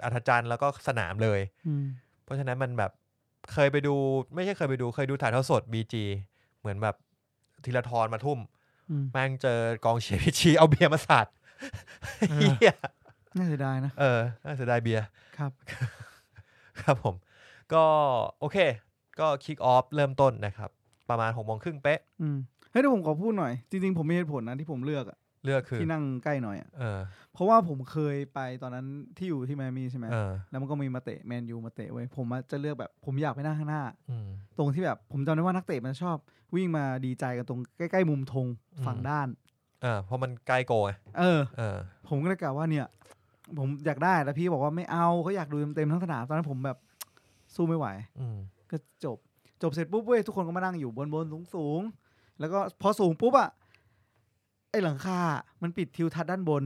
อัธจันทร์แล้วก็สนามเลย อืม เพราะฉะนั้นมันแบบเคยไปดู ไม่ใช่เคยไปดู เคยดูถ่ายทอดสดบีจีเหมือนแบบธีรทรมาทุ่ม อืม แม่งเจอกองเชียร์ พีจีเอาเบียร์มาสาด เออ เหี้ย น่าเสียดายนะ เออน่าเสียดายเบียร์ ครับ ครับผม ก็โอเค ก็คิกออฟเริ่มต้นนะครับ ประมาณหกโมงครึ่งเป๊ะ อืม เฮ้ยเดี๋ยวผมขอพูดหน่อย จริงๆ ผมมีเหตุผลนะที่ผมเลือกอะ เลือกคือ ที่นั่งใกล้หน่อยอะ เออ เพราะว่าผมเคยไปตอนนั้นที่อยู่ที่ไมอามีใช่ไหม เออ แล้วมันก็มีมาเตะแมนยูมาเตะไว้ยผมอะจะเลือกแบบผมอยากไปนั่งข้างหน้า อืม ตรงที่แบบผมจำได้ว่านักเตะมันชอบ วิ่งมาดีใจกันตรงใกล้ๆมุมธงฝั่ง อืม ด้าน เออเพราะมันใกล้โกลไง เออ เออ ผมก็เลยกล่าวว่าเนี่ย ผมอยากได้แล้วพี่บอกว่าไม่เอาเขาอยากดูเต็มๆทั้งสนามตอนนั้นผมแบบ สู้ไม่ไหว อืม ก็จบ จบเสร็จปุ๊บเว้ยทุกคนก็มานั่งอยู่บนบนสูงสูงๆแล้วก็พอสูงปุ๊บอะไอหลังคา มันปิดทิวทัศน์ด้านบน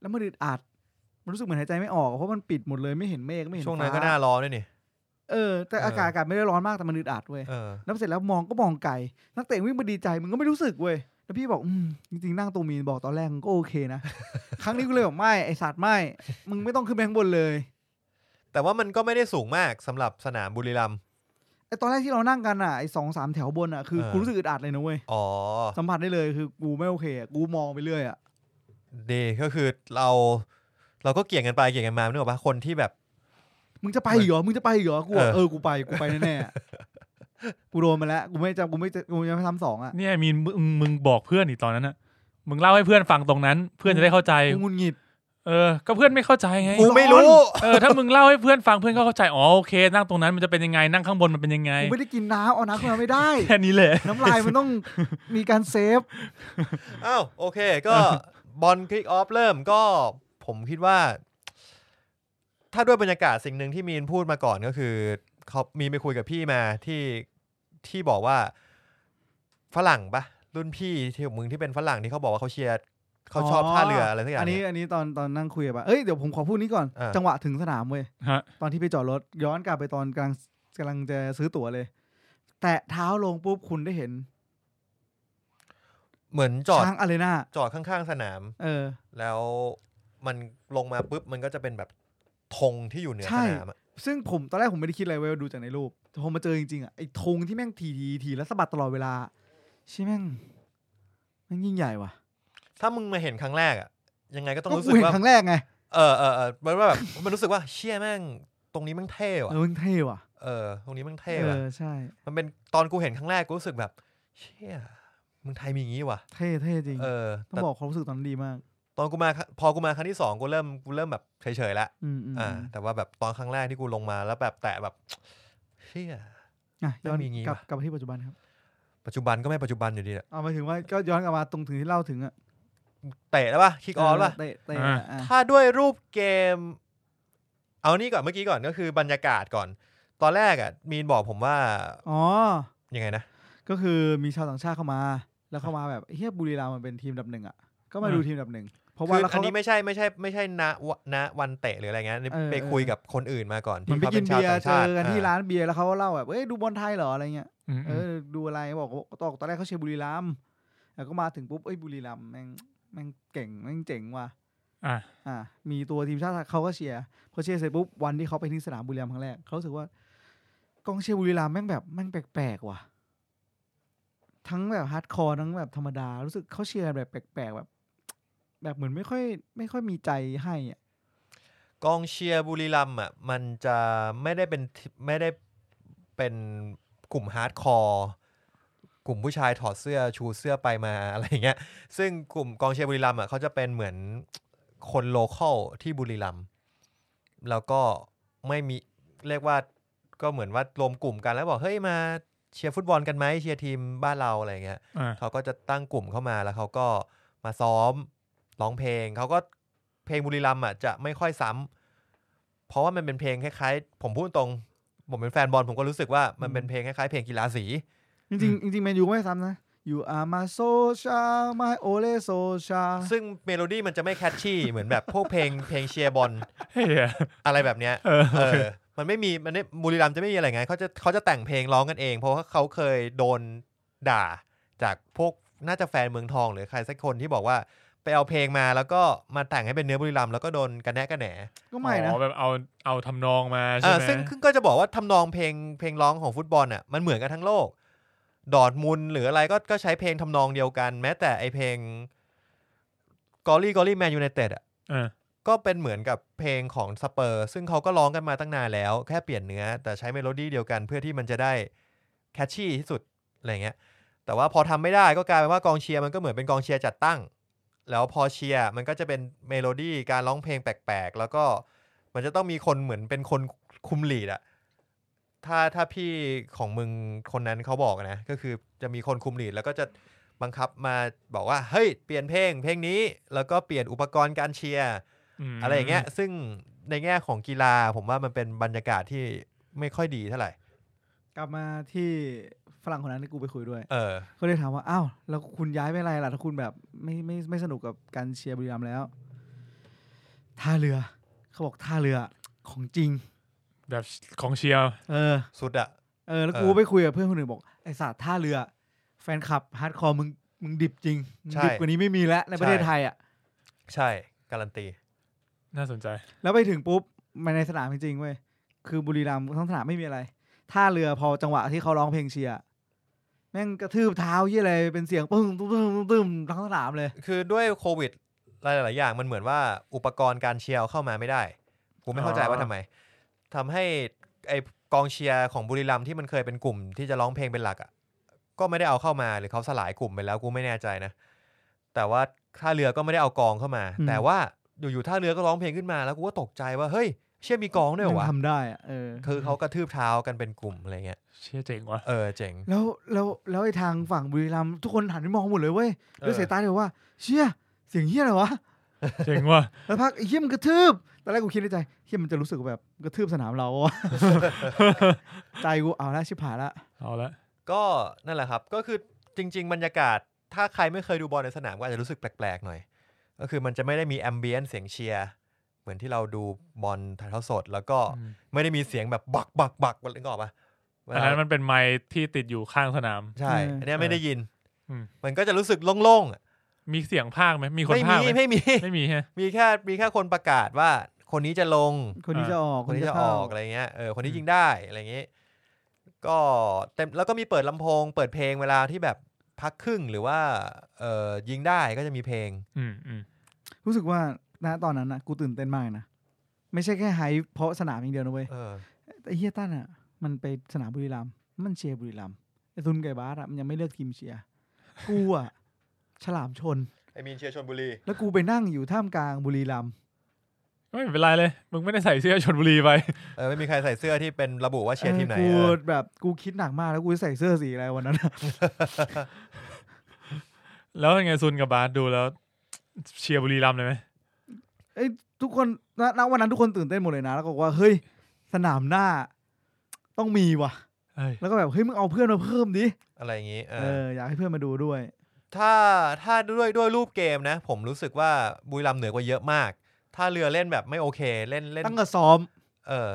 แล้วมันอึดอัดมันรู้สึกเหมือนหายใจไม่ออกเพราะมันปิดหมดเลยไม่เห็นเมฆไม่เห็น ช่วงนั้น ฟ้ ก็หน้าร้อนด้วยนี่ เออแต่ เอออ อากาศอากาศไม่ได้ร้อนมากแต่มันอึดอัดเว้ย เออ แล้วเสร็จแล้วมองก็มองไกลนักเตะวิ่งมาดีใจมึงก็ไม่รู้สึกเว้ยแล้วพี่บอกอืมจริงๆนั่งตรงมีนบอกตอนแรกมึงก็โอเคนะ ครั้งนี้กูเลยบอกไม่ไอสัตว์ไม่มึงไม่ต้องขึ้นไปข้างบนเลย แต่ว่ามันก็ไม่ได้สูงมากสำหรับสนามบุรีรัมย์ ไอตอนแรกที่เรานั่งกันอ่ะไอสองสามแถวบนอ่ะคือ เออ กูรู้สึกอึดอัดเลยนะเว้ย อ๋อ สัมผัสได้เลยคือกูไม่โอเคอะกูมองไปเรื่อยอ่ะ ดีก็คือเราเราก็เกี่ยงกันไปเกี่ยงกันมานึกออกปะคนที่แบบ มึงจะไปอีกเหรอ มึงจะไปอีกเหรอ กูบอก เออ เออ กูไป กูไปแน่ๆอะกูโดนมาแล้ว กูไม่จะกูไม่จะกูยังไม่ทำสองอ่ะ เนี่ยมีนมึงมึงบอกเพื่อนอีกตอนนั้นนะมึงเล่าให้เพื่อนฟังตรงนั้น เพื่อนจะได้เข้าใจ กูหงุนงิด เออ ก็เพื่อนไม่เข้าใจไง กูไม่รู้ เออ ถ้ามึงเล่าให้เพื่อนฟังเพื่อนก็เข้าใจ อ๋อ โอเค นั่งตรงนั้นมันจะเป็นยังไง นั่งข้างบนมันเป็นยังไง กูไม่ได้กินน้ำเอาน้ำขึ้นมาไม่ได้ แค่นี้แหละ น้ำลายมันต้องมีการเซฟ อ้าวโอเคก็บอลคลิกออฟเริ่มก็ผมคิดว่า ถ้าด้วยบรรยากาศสิ่งหนึ่งที่มีนพูดมาก่อนก็คือเขามีนไปคุยกับพี่มาที่ที่บอกว่าฝรั่งปะรุ่นพี่ที่มึงที่เป็นฝรั่งที่เขาบอกว่าเขาเชียร์เขาชอบท่าเรืออะไรสักอย่าง อันนี้ เนี่ย อันนี้ตอนตอนนั่งคุยกับเอ้ย เดี๋ยวผมขอพูดนี้ก่อน อ่า จังหวะถึงสนามเว้ย ฮะ ตอนที่ไปจอดรถ ย้อนกลับไปตอนกำลังกำลังจะซื้อตั๋วเลย แตะเท้าลงปุ๊บคุณได้เห็น เหมือนจอด ช้างอารีนา จอดข้างๆสนาม เออ แล้วมันลงมาปุ๊บมันก็จะเป็นแบบธงที่อยู่เหนือ ใช่ สนามอะ ซึ่งผมตอนแรกผมไม่ได้คิดอะไรเว้ยดูจากในรูปแต่พอมาเจอจริงๆอ่ะไอ้ธงที่แม่งทีทีทีแล้วสะบัดตลอดเวลาใช่แม่งแม่งยิ่งใหญ่ว่ะ ถ้ามึงมาเห็นครั้งแรกอะยังไงก็ต้อง ก็ รู้ กู สึก เห็น ว่า ครั้งแรกไง เออเออเออมันว่าแบบ มันรู้สึกว่าเชี่ยแม่ง ตรงนี้แม่งเท่ว่ะ เออมันเท่ว่ะ เออตรงนี้แม่ง เอ เท่ว่ะ อใช่ มันเป็นตอนกูเห็นครั้งแรกกูรู้สึกแบบ เชี่ยเมึงไทยมีอย่างงี้ว่ะ เท่เท่จริง เออ ต้อ แต่ งบอกความรู้สึกตอนนั้นดีมาก ตอนกูมาคพอกูมาครั้งที่สองกูเริ่มกูเริ่มแบบเฉยๆละ อืมอืม อ่า แต่ว่าแบบตอนครั้งแรกที่กูลงมาแล้วแบบแตะแบบเชี่ย อ่ะย้อน ต้องมีอย่างงี้ กลับ ว่ะ กลับมาที่ปัจจุบันครับ ปัจจุบันก็ไม่ปัจจุบันอยู่ดีแหละ เอาหมายถึงว่าก็ย้อนกลับมาตรงถึงที่เล่าถึงอ่ะ เตะแล้วป่ะคิกออฟป่ะ เตะเตะ อ่า อ่ะ ถ้าด้วยรูปเกม เอานี่ก่อนเมื่อกี้ก่อนก็คือบรรยากาศก่อน ตอนแรกอ่ะ มีนบอกผมว่า อ๋อ ยังไงนะ ก็คือมีชาวต่างชาติเข้ามา แล้วเข้ามาแบบเฮียบุรีรัมย์มันเป็นทีมอันดับหนึ่งอ่ะก็มาดูทีมอันดับหนึ่งเพราะ คื ว่า อ แล้ว อัน เขาก็ นี้ไม่ใช่ไม่ใช่ไม่ใช่ณวะณวันเตะหรืออะไรเงี้ยนี่ เออ ไป เออ คุยกับคนอื่นมาก่อน มั ที่ นไป เขา กิ เป็นนชาว เบีย ต่า ร์ ง เจ ชา อ ติ กันที่ อ่า ร้านเบียร์แล้วเขาก็เล่าแบบเอ้ยดูบอลไทยเหรออะไรเงี้ย อืม เออดูอะไรบอกว่าตอนตอนแรกเขาเชียร์บุรีรัมย์แล้วก็มาถึงปุ๊บเอ้ยบุรีรัมย์แม่งแม่งเก่งแม่งเจ๋งว่ะ อ่ะ อ่า มีตัวทีมชาติเขาก็เชียร์พอเชียร์เสร็จปุ๊บวันที่เขาไปที่สนามบุรีรัมย์ครั้งแรกเขารู้สึกว่ากองเชียร์บุรีรัมย์แม่งแบบแม่งแปลกๆว่ะ ทั้งแบบฮาร์ดคอร์ทั้งแบบธรรมดารู้สึกเขาเชียร์แบบแปลกๆแบบ แบบเหมือนไม่ค่อย ไม่ค่อยมีใจให้อะ กองเชียร์บุรีรัมย์อ่ะมันจะไม่ได้เป็นไม่ได้เป็นกลุ่มฮาร์ดคอร์กลุ่มผู้ชายถอดเสื้อชูเสื้อไปมา อะไรเงี้ย ซึ่งกลุ่มกองเชียร์บุรีรัมย์อ่ะเขาจะเป็นเหมือนคนโลคอลที่บุรีรัมย์แล้วก็ไม่มีเรียกว่าก็เหมือนว่ารวมกลุ่มกันแล้วบอกเฮ้ยมาเชียร์ฟุตบอลกันไหมเชียร์ทีมบ้านเราอะไรเงี้ย อ่ะ เขาก็จะตั้งกลุ่มเข้ามาแล้วเขาก็มาซ้อมร้องเพลง เขาก็เพลงบุรีรัมย์อ่ะจะไม่ค่อยซ้ำเพราะว่ามันเป็นเพลงคล้ายๆ ผมพูดตรงผมเป็นแฟนบอลผมก็รู้สึกว่ามันเป็นเพลงคล้ายๆเพลงกีฬาสี จริงๆจริงๆแมนยูก็ไม่ซ้ำนะอยู่อามาโซชามาโอเลโซชา ซึ่งเมโลดี้มันจะไม่แคชชี่เหมือนแบบพวกเพลงเพลงเชียร์บอล เฮ้ย อะไรแบบเนี้ย เออ เออมันไม่มีมันไม่บุรีรัมย์จะไม่มีอะไรไงเขาจะเขาจะแต่งเพลงร้องกันเอง เพราะว่าเขาเคยโดนด่า จากพวกน่าจะแฟนเมืองทองหรือใครสักคนที่บอกว่าไปเอาเพลงมาแล้วก็มาแต่งให้เป็นเนื้อบุรีรัมย์แล้วก็โดนกระแนะกระแหน ก็ไม่นะ อ๋อแบบเอาเอาทำนองมา เอ ใช่ อ ไหม ซึ่งซึ่งก็จะบอกว่าทำนองเพลงเพลงร้องของฟุตบอลอ่ะมันเหมือนกันทั้งโลก ดอร์ทมุนด์หรืออะไรก็ก็ใช้เพลงทำนองเดียวกัน แม้แต่ไอเพลงกอรี่กอรี่แมนยูไนเต็ดอ่ะ เออ ก็เป็นเหมือนกับเพลงของสเปอร์ ซึ่งเขาก็ร้องกันมาตั้งนานแล้ว แค่เปลี่ยนเนื้อ แต่ใช้เมโลดี้เดียวกันเพื่อที่มันจะได้แคชชี่ที่สุดอะไรเงี้ยแต่ว่าพอทำไม่ได้ก็กลายเป็นว่ากองเชียร์มันก็เหมือนเป็นกองเชียร์จัดตั้ง แล้วพอเชียร์มันก็จะเป็นเมโลดี้การร้องเพลงแปลกๆ แล้วก็มันจะต้องมีคนเหมือนเป็นคนคุมลีดอะถ้าถ้าพี่ของมึงคนนั้นเขาบอกนะ ก็คือจะมีคนคุมลีดแล้วก็จะบังคับมาบอกว่า เฮ้ย เปลี่ยนเพลงเพลงนี้ แล้วก็เปลี่ยนอุปกรณ์การเชียร์ ม อะไรอย่างเงี้ย ซึ่งในแง่ของกีฬาผมว่ามันเป็นบรรยากาศที่ไม่ค่อยดีเท่าไหร่ กลับมาที่ฝรั่งคนนั้นที่กูไปคุยด้วย เออ ก็เลยถามว่า อ้าว แล้วคุณย้ายไปอะไรล่ะ ถ้าคุณแบบไม่ไม่ไม่สนุกกับการเชียร์บุรีรัมย์แล้ว ท่าเรือ เขาบอกท่าเรือของจริง แบบของเชียร์ เออ สุดอะ เออแล้ว เออ กูไปคุยกับเพื่อนคนหนึ่งบอกไอศาสตร์ท่าเรือ แฟนคลับฮาร์ดคอร์มึงมึงดิบจริงมึง ใช่ ดิบกว่านี้ไม่มีแล้วในประเทศ ใช่ ไทยอ่ะ ใช่การันตี น่าสนใจ แล้วไปถึงปุ๊บมาในสนามจริงๆเว้ยคือบุรีรัมย์ทั้งสนามไม่มีอะไรท่าเรือพอจังหวะที่เขาร้องเพลงเชียร์แม่งกระทืบเท้ายี่อะไรเป็นเสียงปึ้งตุ้มตุ้มตุ้มตุ้มทั้งสนามเลย คือด้วยโควิดหลาย ๆ อย่างมันเหมือนว่าอุปกรณ์การเชียร์เอาเข้ามาไม่ได้ กูไม่เข้าใจ อ๋อ ว่าทำไมทำให้ไอกองเชียร์ของบุรีรัมย์ที่มันเคยเป็นกลุ่มที่จะร้องเพลงเป็นหลักอ่ะก็ไม่ได้เอาเข้ามาหรือเขาสลายกลุ่มไปแล้วกูไม่แน่ใจนะ แต่ว่าท่าเรือก็ไม่ได้เอากองเข้ามา อืม แต่ว่าอยู่ ๆ ท่าเรือก็ร้องเพลงขึ้นมาแล้วกูก็ตกใจว่าเฮ้ยเชี่ยมีกองด้วยเหรอ แม่ วะ งทำได้อะเออ คือเขากระทืบเท้ากันเป็นกลุ่มอะไรเงี้ย เชียร์เจ๋งว่ะ เออเจ๋ง แล้วแล้วแล้วไอ้ทางฝั่งบุรีรัมย์ทุกคนหันไปมองหมดเลยเว้ยด้วยสายตาเลยว่า เชี่ยเสียงเฮี้ยอะไรวะ เจ๋งว่ะ แล้วพักไอ้เฮี้ยมนกระทืบตอนแรกกูคิดในใจเฮี้ยมันจะรู้สึกแบบกระทืบสนามเราวะ ใจกูเอาละชิบหายละ เอาละ ก็นั่นแหละครับ ก็คือจริง ๆ บรรยากาศ ถ้าใครไม่เคยดูบอลในสนามก็อาจจะรู้สึกแปลก ๆ หน่อย ก็คือมันจะไม่ได้มีแอมเบียนเสียงเชียร์ เหมือนที่เราดูบอลถ่ายทอดสด แล้วก็ อืม ไม่ได้มีเสียงแบบบักบักบักอะไรก็ออกปะเว อัน ลา นั้นมันเป็นไมค์ที่ติดอยู่ข้างสนาม ใช่ เอออั อันเนี้ยไม่ได้ยิน อืม มันก็จะรู้สึกโล่งๆอะ มีเสียงภาคไหมมีคน ไม่ ภา มี คไหม ไม่มี ไม่มีฮะ มีแค่มีแค่คนประกาศว่า คนนี้จะลง คนนี้ อ่า จะออก คนนี้จะอ เข้า อกอะไรเงี้ย เออ คนนี้ยิงได้อะไรเงี้ย ก็เต็มแล้วก็มีเปิดลำโพง เปิดเพลงเวลาที่แบบพักครึ่งหรือว่า เออยิงได้ก็จะมีเพลง อืมอืม รู้สึกว่าณตอนนั้นนะกูตื่นเต้นมากนะไม่ใช่แค่ไฮป์เพราะสนามอย่างเดียวนะเว้ย เออ ไอ้เฮี้ยตั้นอ่ะมันไปสนามบุรีรัมย์มันเชียร์บุรีรัมย์ไอ้ทุนไก่บ้าสอ่ะมันยังไม่เลือกทีมเชียร์กูอ่ะ ฉลามชน ไอมีนเชียร์ชนบุรี แล้วกูไปนั่งอยู่ท่ามกลางบุรีรัมย์ ไม่เป็นไรเลย มึงไม่ได้ใส่เสื้อชนบุรีไป เออ ไม่มีใครใส่เสื้อที่เป็นระบุว่าเชียร์ทีมไหน ออ เอ กู อ แบบกูคิดหนักมากแล้วกูจะใส่เสื้อสีอะไรวันนั้นอะ แล้วยังไงซุนกับบาสดูแล้ว เชียร์บุรีรัมย์เลยไหม เอ้ยทุกคนณณวันนั้นทุกคนตื่นเต้นหมดเลยนะ แล้วก็บอกว่าเฮ้ยสนามหน้า ต้องมีว่ะ เอ้ย แล้วก็แบบเฮ้ยมึงเอาเพื่อนมาเพิ่มดิ อะไรอย่างงี้ เอ เอ อ ออยากให้เพื่อนมาดูด้วย ถ้าถ้าด้วยด้วยรูปเกมนะ ผมรู้สึกว่าบุรีรัมย์เหนือกว่าเยอะมาก ถ้าเรือเล่นแบบไม่โอเค เล่นเล่น ตั้งแต่ซ้อม เออ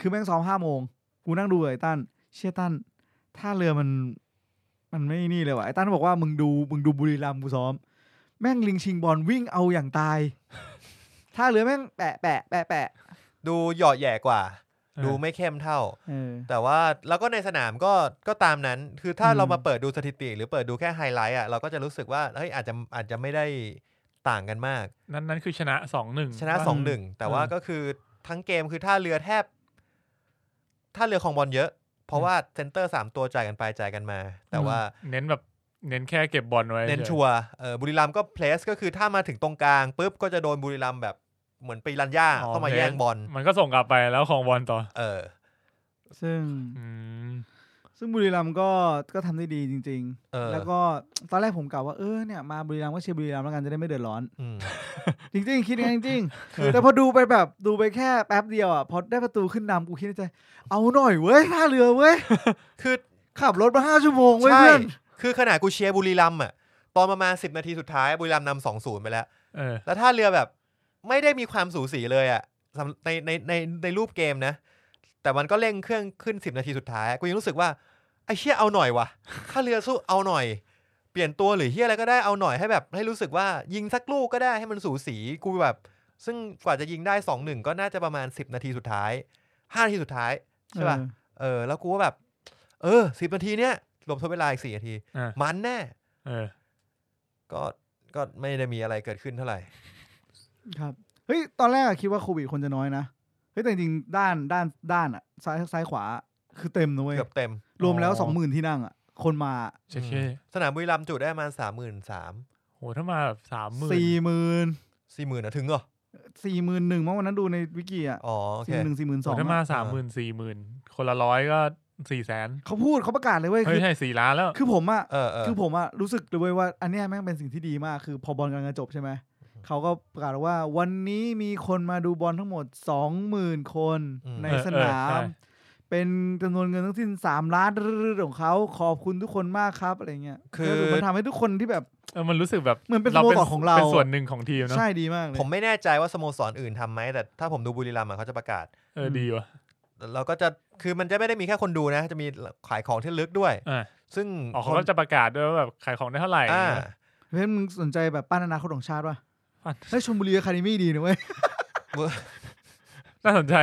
คือแม่งซ้อมห้าโมงกูนั่งดูไอ้ตั้นเชี่ยตั้นท่าเรือมัน มันไม่นี่เลยว่ะไอ้ตั้นบอกว่ามึงดูมึงดูบุรีรัมย์กูซ้อม แม่งลิงชิงบอลวิ่งเอาอย่างตายท่าเรือแม่งแปะแปะแปะแปะ ดูเหยาะแหย่กว่า ดูไม่เข้มเท่า เออ แต่ว่าแล้วก็ในสนามก็ก็ตามนั้น คือถ้า อืม เรามาเปิดดูสถิติ หรือเปิดดูแค่ไฮไลท์อ่ะเราก็จะรู้สึกว่าเฮ้ยอาจจะอาจจะไม่ได้ต่างกันมาก นั่นนั่นคือชนะสองหนึ่ง ชนะสองหนึ่งแต่ว่าก็คือทั้งเกมคือท่าเรือแทบท่าเรือของบอลเยอะ เพราะว่าเซนเตอร์สามตัวจ่ายกันไปจ่ายกันมา แต่ว่า เน้นแบบเน้นแค่เก็บบอลไว้ เน้น ฉย ชัวร์เออบุรีรัมย์ก็เพลสก็คือถ้ามาถึงตรงกลางปุ๊บก็จะโดนบุรีรัมย์แบบเหมือนไปรันย่าเข้ามาแย่งบอล มันก็ส่งกลับไปแล้วของบอลต่อ เออ ซึ่ง อืม ซึ่งบุรีรัมย์ก็ก็ทำได้ดีจริง เออ ๆ แล้วก็ตอนแรกผมกล่าวว่าเออเนี่ยมาบุรีรัมย์ก็เชียร์บุรีรัมย์แล้วกันจะได้ไม่เดือดร้อน อืม จริง ๆ คิดอย่างนั้นจริงๆแต่พอดูไปแบบดูไปแค่แป๊บเดียวอ่ะพอได้ประตูขึ้นนำกูคิดในใจเอาหน่อยเว้ยท่าเรือเว้ย คือ ขับรถมาห้าชั่วโมงเว้ย ใช่ เพื่อน คือขนาดกูเชียร์บุรีรัมย์อ่ะ ตอนประมาณสิบนาทีสุดท้ายบุรีรัมย์นำสองศูนย์ไปแล้ว เออ แล้วท่าเรือแบบไม่ได้มีความสูสีเลยอ่ะสำในในในในรูปเกมนะ แต่มันก็เร่งเครื่องขึ้นสิบนาทีสุดท้าย กูยังรู้สึกว่าไอ้เชี่ยเอาหน่อยวะท่าเรือสู้เอาหน่อย เปลี่ยนตัวหรือเฮียอะไรก็ได้เอาหน่อยให้แบบให้รู้สึกว่ายิงสักลูกก็ได้ให้มันสูสีกูแบบ ซึ่งกว่าจะยิงได้สองหนึ่งก็น่าจะประมาณสิบนาทีสุดท้ายห้านาทีสุดท้ายใช่ป่ะ เออ เออแล้วกูก็แบบ เออสิบนาทีเนี้ยรวมทดเวลาอีกสี่นาที อ่ะ มันแน่ เออ ก็ก็ไม่ได้มีอะไรเกิดขึ้นเท่าไหร่ ครับเฮ้ยตอนแรกอะคิดว่าโควิดคนจะน้อยนะเฮ้ยแต่จริงๆด้านด้านด้านอ่ะซ้ายซ้ายขวาคือเต็มนะเว้ย เกือบเต็ม รวมแล้ว อ๋อ สองหมื่นที่นั่งอ่ะคนมา เช็คเช่ สนามบุรีรัมย์จุได้ประมาณสามหมื่นสาม โหถ้ามาแบบสามหมื่น สี่หมื่น สี่หมื่นอะถึงเหรอ สี่หมื่นหนึ่งเมื่อวันนั้นดูในวิกิอ่ะ อ๋อ โอเค สี่หมื่นหนึ่งสี่หมื่น โห สอง ถ้ามาสามหมื่นสี่หมื่นคนละร้อยก็สี่แสน เขาพูดเขาประกาศเลยเว้ยคื เฮ้ อ ยใช่สี่ล้านแล้ว คือผมอะ เออเออ คือผมอะรู้สึกเลยเว้ยว่า อันเนี้ยแม่งเป็นสิ่งที่ดีมาก คือพอบอลกำลังจะจบใช่ไหม เขาก็ประกาศว่าวันนี้มีคนมาดูบอลทั้งหมดสองหมื่นคน อืม ใน เออ สนาม เออใช่ เป็นจำนวนเงินทั้งสิ้นสามล้านของเขาขอบคุณทุกคนมากครับอะไรเงี้ย คือ ก็มันทำให้ทุกคนที่แบบ เออมันรู้สึกแบบ เหมือนเป็น รา สโมสรของเรา เป็นส่วนหนึ่งของทีมเนาะ ใช่ดีมากเลย ผมไม่แน่ใจว่าสโมสรอื่นทำไหมแต่ถ้าผมดูบุรีรัมย์อะเขาจะประกาศ เออดีว่ะ เราก็จะคือมันจะไม่ได้มีแค่คนดูนะ จะมีขายของที่ระลึกด้วย อ่า ซึ่ง ออกเขาก็จะประกาศด้วยว่าแบบขายของได้เท่าไหร่ อ่า เพราะฉะนั้นมึงสนใจแบบปั้นอนาคตของชาติป่ะ อ่ะ เฮ้ยชลบุรีอะคาเดมี่ดีนะเว้ย น่าสนใจ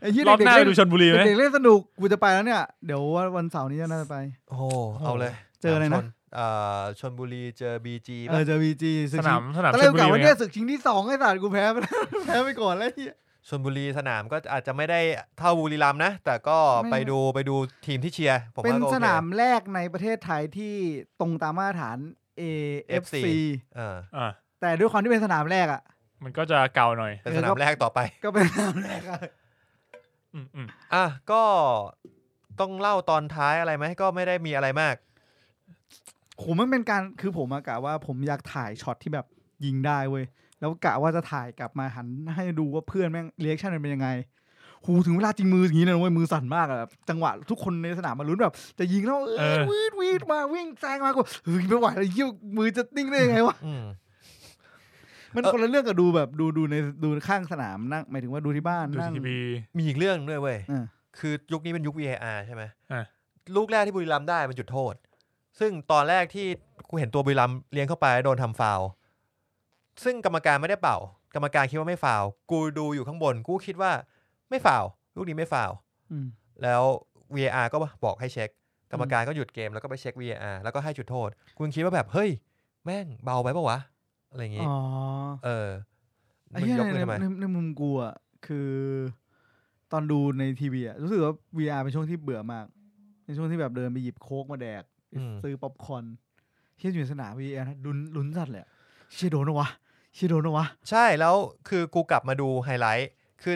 ไอ้เหี้ย รอบห เด็ก น้า ๆ ไป เล่น ดูชนบุรีไหม เด็กๆเล่นสนุกกูจะไปแล้วเนี่ย เดี๋ยววันเสาร์นี้น่าจะไป โอ้โหเอาเลย เจออะไรนะ ชเอ่อชนบุรีเจอบีจี เออเจอบีจีศึก ส ชิ นาง มสนาม ตอน ช แรก นบุ กะ รี ว่า เป็นไง เนี่ยศึกชิงที่สองไอ้สัตว์กูแพ้ไปแล้ว แพ้ไปก่อนแล้วไอ้เหี้ย ชนบุรีสนามก็อาจจะไม่ได้เท่าบุรีรัมย์นะ แต่ก็ ไม่ ไปดูไปดูทีมที่เชียร์ผม เป็น ว่าก็โอ ส เค นามแรกในประเทศไทยที่ตรงตามมาตรฐาน AFC เออ อ่ะ แต่ด้วยความที่เป็นสนามแรกอ่ะ มันก็จะเก่าหน่อย เป็น เออ สนา ก็ มแรกต่อ ไป ก็เป็นสนามแรกอะ อืมอืม อ่ะก็ต้องเล่าตอนท้ายอะไรไหมก็ไม่ได้มีอะไรมาก ผมมันเป็นการคือผมอะกะว่าผมอยากถ่ายช็อตที่แบบยิงได้เว้ยแล้วกะว่าจะถ่ายกลับมาหันให้ดูว่าเพื่อนแม่งเรีแอคชั่นมันเป็นยังไงหูถึงเวลาจริงมืออย่างนี้เลยนะเว้ยมือสั่นมากอะแบบจังหวะทุกคนในสนามมาลุ้นแบบ จะยิงแล้วเออวีดวีดมาวิ่งแซงมาก็เฮ้ยไม่ไหวแล้วเยี่ยมือจะนิ่งได้ยังไงวะ อืม มัน เออ คนละเรื่องกับดูแบบดูดูในดูข้างสนามนั่งหมายถึงว่าดูที่บ้าน ดู นั่ง ทีวี มีอีกเรื่องด้วยเว้ย เออ คือยุคนี้เป็นยุค VAR ใช่ไหม อ่ะ ลูกแรกที่บุรีรัมย์ได้เป็นจุดโทษ ซึ่งตอนแรกที่กูเห็นตัวบุรีรัมย์เลี้ยงเข้าไปโดนทำฟาวล์ซึ่งกรรมการไม่ได้เป่า กรรมการคิดว่าไม่ฟาวล์กูดูอยู่ข้างบน กูคิดว่าไม่ฟาวล์ลูกนี้ไม่ฟาวล์ อืม แล้ว VAR ก็บอกให้เช็ค กรรมการก็หยุดเกมแล้วก็ไปเช็ค VAR แล้วก็ให้จุดโทษ กูยังคิดว่าแบบเฮ้ยแม่งเบาไปปะวะอะไรอย่างงี้ อ๋อ เออ ไอ้ มึง เหี้ย ยก ใน มือทำไม ในในมุมกูอะคือ ตอนดูในทีวีอะรู้สึกว่า VR เป็นช่วงที่เบื่อมาก ในช่วงที่แบบเดินไปหยิบโค้กมาแดก อืม ซื้อป๊อปคอร์นเชี่ยอยู่ในสนาม VR นะลุ้นลุ้นสัตว์เลยอะเชี่ยโดนนะวะเชี่ยโดนนะวะ ใช่ แล้วคือกูกลับมาดูไฮไลท์ คือ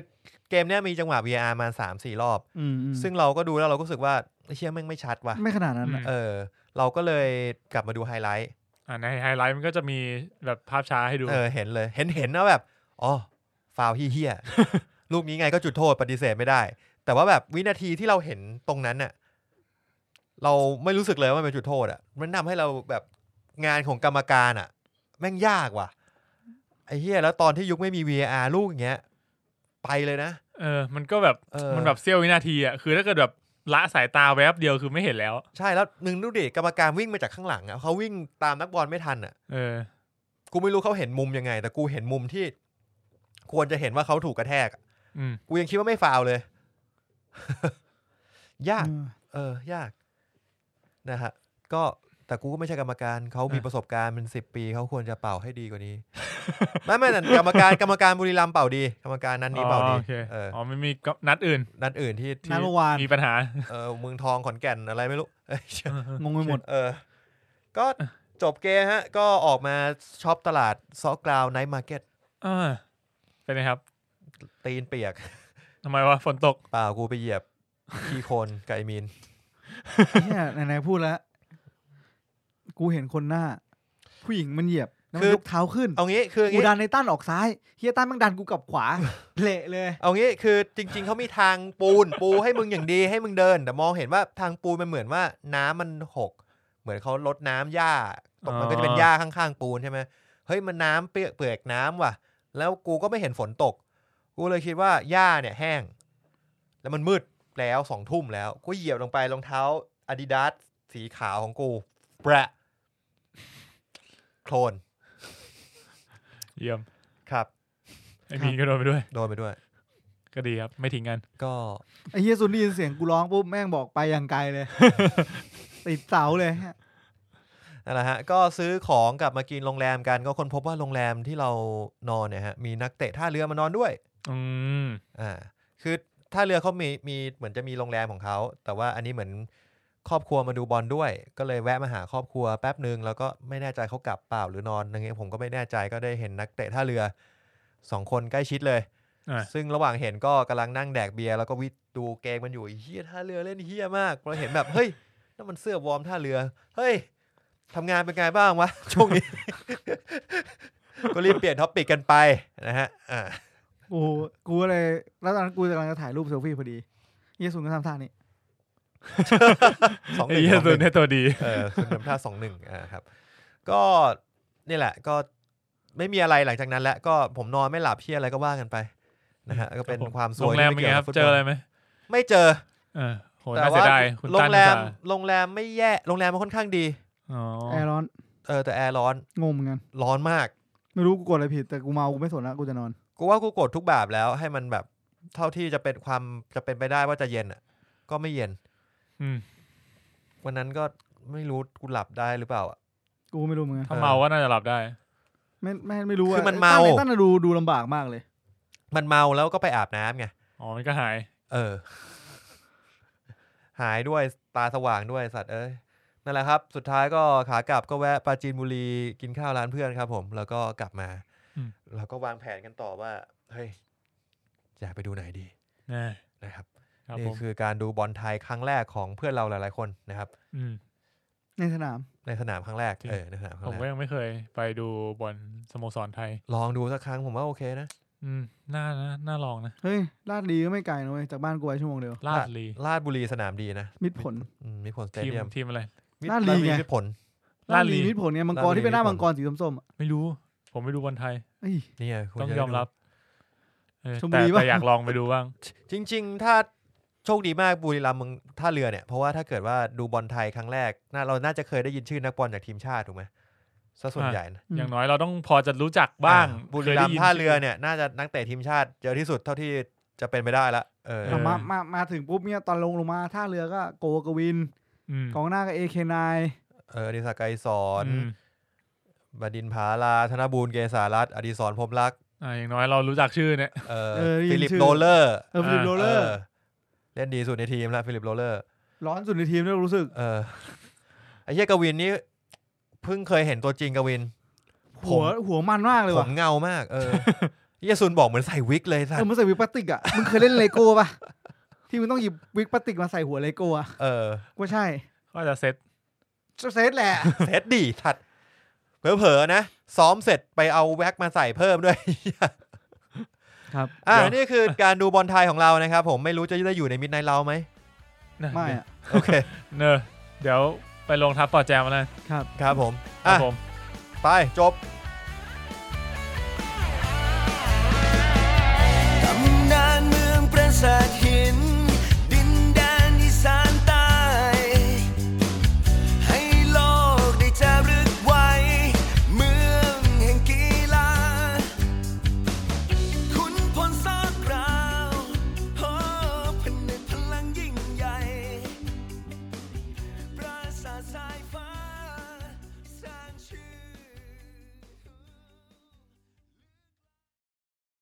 เกมเนี้ยมีจังหวะ VR มา 3 4 รอบ อืมอืม ซึ่งเราก็ดูแล้วเราก็รู้สึกว่าไอ้เชี่ยแม่งไม่ชัดว่ะ ไม่ขนาดนั้นอะ ม เออ เราก็เลยกลับมาดูไฮไลท์ อ่าในไฮไลท์มันก็จะมีแบบภาพช้าให้ดู เออเห็นเลยเห็นเห็นนะแบบอ๋อฟาวล์เฮี้ยๆ ลูกนี้ไงก็จุดโทษปฏิเสธไม่ได้ แต่ว่าแบบวินาทีที่เราเห็นตรงนั้นน่ะเราไม่รู้สึกเลยว่ามันเป็นจุดโทษอ่ะมันทำให้เราแบบงานของกรรมการอ่ะ แม่งยากว่ะไอ้เฮี้ยแล้วตอนที่ยุคไม่มี VR ลูกอย่างเงี้ย ไปเลยนะ เออ มันก็แบบ เออ มันแบบเสี้ยววินาทีอ่ะ คือถ้าเกิดแบบละสายตาแวบเดียวคือไม่เห็นแล้ว ใช่แล้วหนึ่งดูดิกรรมการวิ่งมาจากข้างหลังอ่ะเขาวิ่งตามนักบอลไม่ทันอ่ะ เออ กูไม่รู้เขาเห็นมุมยังไง แต่กูเห็นมุมที่ ควรจะเห็นว่าเขาถูกกระแทกอะ อืม กูยังคิดว่าไม่ฟาวล์เลย ยาก เออ เออ ยาก นะฮะ ก็แต่กูก็ไม่ใช่กรรมการเขามี อ่ะ ประสบการณ์เป็นสิบปีเขาควรจะเป่าให้ดีกว่านี้ ไม่ไม่แต่กรรมการกรรมการบุรีรัมย์เป่าดี กรรมการนั้นนี้เป่า อ๋ ดี อโอเค เออ อ๋อไม่มีก็นัดอื่น นัดอื่นที่ที่ นัดเมื่อวาน มีปัญหา เออเมืองทองขอนแก่นอะไรไม่รู้เอ้ย งงไปหมด เออ ก็จบเกมฮะ ก็ออกมาช็อปตลาดซอกกราวไนท์มาร์เก็ต อ่าเป็นไงครับ ตีนเปียก ทำไมวะฝนตก เปล่ากูไปเหยียบขี้โคลนไก่มีน ไอ้เหี้ยไหนๆพูดแล้ว กูเห็นคนหน้า ผู้หญิงมันเหยียบแล้วมัน คือ ยกเท้าขึ้น เอางี้คืออย่ากูงงี้ ดันในต้านออกซ้ายเฮียต้านแมันดันกูกลับข วาเละเลย เอางี้คือจริง ๆเขามีทางปูน ปูให้มึงอย่างดีให้มึงเดิน แต่มองเห็นว่าทางปูนมันเหมือนว่าน้ำมันหก เหมือนเขาลดน้ำหญ้าตกมันก็จะเป็นหญ้าข้างๆปูนใช่ไหมเฮ้ยมันน้ำเปียกเปือกน้ำว่ะ แล้วกูก็ไม่เห็นฝนตก กูเลยคิดว่าหญ้าเนี่ยแห้ง แล้วมันมืดแล้วสองทุ่มแล้วกูเหยียบลงไปรองเท้าอาดิดาสสีขาวของกูแปะโคลน เยี่ยม ครับ ไอ้มีนก็โดนไปด้วย โดนไปด้วย ก็ดีครับ ไม่ทิ้งกัน ก็ ไอ้เฮียซุนได้ยินเสียงกูร้องปุ๊บแม่งบอกไปอย่างไกล เลย ติดเสาเลยฮะ นั่นแหละฮะ ก็ซื้อของกลับมากินโรงแรมกันก็คนพบว่าโรงแรมที่เรานอนเนี่ยฮะ มีนักเตะท่าเรือมานอนด้วย อืม อ่า คือท่าเรือเขามีมีเหมือนจะมีโรงแรมของเขา แต่ว่าอันนี้เหมือนครอบครัวมาดูบอลด้วย ก็เลยแวะมาหาครอบครัวแป๊บหนึ่งแล้วก็ไม่แน่ใจเขากลับเปล่าหรือนอนอย่างเงี้ยผมก็ไม่แน่ใจก็ได้เห็นนักเตะท่าเรือสองคนใกล้ชิดเลย อ่า ซึ่งระหว่างเห็นก็กำลังนั่งแดกเบียร์แล้วก็วิดูเกงมันอยู่ไอ้เฮียท่าเรือเล่นเฮียมากเราเห็นแบบเฮ้ยนั่นมันเสื้อวอร์มท่าเรือ เฮ้ยทำงานเป็นไงบ้างวะ ช่วงนี้ ก็รีบเปลี่ยนท็อปปิกกันไปนะฮะอ่า กูกูเลยแล้วตอนนั้นกูกำลังจะถ่ายรูปเซลฟี่พอดี เยซูนก็ทำท่านี้ สองห ไอ้ นึ่ง เหี้ย ส ตั อ ว งหนึ่ เนี่ ง ยตัวดี เออคุณนำท่าสองหนึ่งอ่าครับ ก็นี่แหละ ก็ไม่มีอะไรหลังจากนั้นแล้วก็ผมนอนไม่หลับเพี้ยอะไรก็ว่ากันไปนะฮะก็เป็น รับผ ความซ โร วย งแรมที่เป็นไง กี่ครัยวกับบ ฟุต เจ บ อ อล อะไรไหม ไม่เจอ เออโห แต่ น่าเสี ว่าย ดายคุณ โรง ตั้น แรม อุตส่าห์ โรงแรมไม่แย่ โรงแรมมันค่อนข้างดี อ๋อ แอร์ร้อน เออแต่แอร์ร้อน งงเหมือนกัน ร้อนมาก ไม่รู้กูกดอะไรผิดแต่กูเมากูไม่สนละกูจะนอน กูว่ากูกดทุกแบบแล้วให้มันแบบเท่าที่จะเป็นความจะเป็นไปได้ว่าจะเย็นอ่ะ ก็ไม่เย็น อืม วันนั้นก็ไม่รู้กูหลับได้หรือเปล่าอ่ะ กูไม่รู้เหมือนกัน ถ้าเมาก็น่าจะหลับได้ ไม่ไม่ไม่รู้ะ คือมันเมา ตั้งแต่ตั้งแต่ดูดูลำบากมากเลย มันเมาแล้วก็ไปอาบน้ำไง อ๋อมันก็หาย เออ หายด้วยตาสว่างด้วยสัตว์เอ้ยนั่นแหละครับ สุดท้ายก็ขากลับก็แวะปราจีนบุรีกินข้าวร้านเพื่อนครับผม แล้วก็กลับมา อืม แล้วก็วางแผนกันต่อว่าเฮ้ยอยากไปดูไหนดี นะ นะครับ ครับผ นี่ ม คือการดูบอลไทยครั้งแรกของเพื่อนเราหลายๆคนนะครับ อืม ในสนาม ในสนามครั้งแรก จริง เออในสนามครั้ ผ ง ม แร ก็ ก ยังไม่เคยไปดูบอลสโมสรไทย ลองดูสักครั้งผมว่าโอเคนะ อืมน่านะน่าลองนะ เฮ้ยลาดดีก็ไม่ไกลนะเว้ยจากบ้านกูไปชั่วโมงเดียว ลาดลี ลาดบุรีสนามดีนะ มิดผล อืมมีผลสเต ทีม เดียม ทีมอะไร มิตร ลาดลีไง มีผล ลาดลี ลีมิดผลไงมังกร ลาดลี ที่เป็นหน้า มิดผล มังกรสีส้มๆอ่ะ ไม่รู้ ผมไม่ดูบอลไทย เอ้ย นี่ไงคุณ ต้อง จะได้ ยอม ดู รับเออ ชลบุ แต่ รีปะ แต่อยากลองไปดูบ้าง จริงๆ ถ้าโชคดีมากบุรีรัมย์เมึงท่าเรือเนี่ย เพราะว่าถ้าเกิดว่าดูบอลไทยครั้งแรกน่าเราน่าจะเคยได้ยินชื่อนักบอลจากทีมชาติถูกไหมซะส่วน อ่า ใหญ่นะ อืม อย่างน้อยเราต้องพอจะรู้จักบ้าง อ่บุรีคยรัมได้ ย์ น ท่าเรือ ชื่ เนี่ยน่าจะนักเตะทีมชาติเยอะที่สุดเท่าที่จะเป็นไปได้ละเออ เอ เอา อ มามามาถึงปุ๊บเนี่ยตอนลงลงมาท่าเรือก็โกกวิน ม กองหน้าก็เอเคนาย เอออดิศักดิ์ไกรสอน อืม บดินทร์ผาลา ธนบูรณ์เกษารัตน์อดีศรพรหมลักษณ์ อ่าอย่างน้อยเรารู้จักชื่อเนี่ย เออ เออได้ ฟิ ยิน ลิป ชื่อ โรลเลอร์ เออฟิลิป อ่า โรลเลอร์ เล่นดีสุดในทีมแล้วฟิลิปโรลเลอร์ ร้อนสุดในทีมด้วยรู้สึก เออไอ้เหี้ยกวินนี่เพิ่งเคยเห็นตัวจริงกวิน ผหัมวหัวมันมากเลย ผ ว่ะ มเงามาก เออ เหี้ยซุนบอกเหมือนใส่วิกเลยสั เอ ต อ ว์ มันใส่วิกพลาสติกอ่ะมึงเคยเล่นเลโก้ป่ะ ที่มึงต้องหยิบวิกพลาสติกมาใส่หัวเลโก้อ่ะ เออ ก็ใช่ ก็จะเซต เซตแหละ เซตดีทัดเผลอๆนะ ซ้อมเสร็จไปเอาแว็กมาใส่เพิ่มด้วย ครับ อ่ะนี่คือการดูบอลไทยของเรานะครับ ผมไม่รู้จะได้อยู่ในมิดไนเราไหม นะ ไม่อ่ะ โอเค เนอะเดี๋ยวไปลงทับปอดแจมมาเลย ครับ ครับผม ครั อ่ะ บผม ไปจบ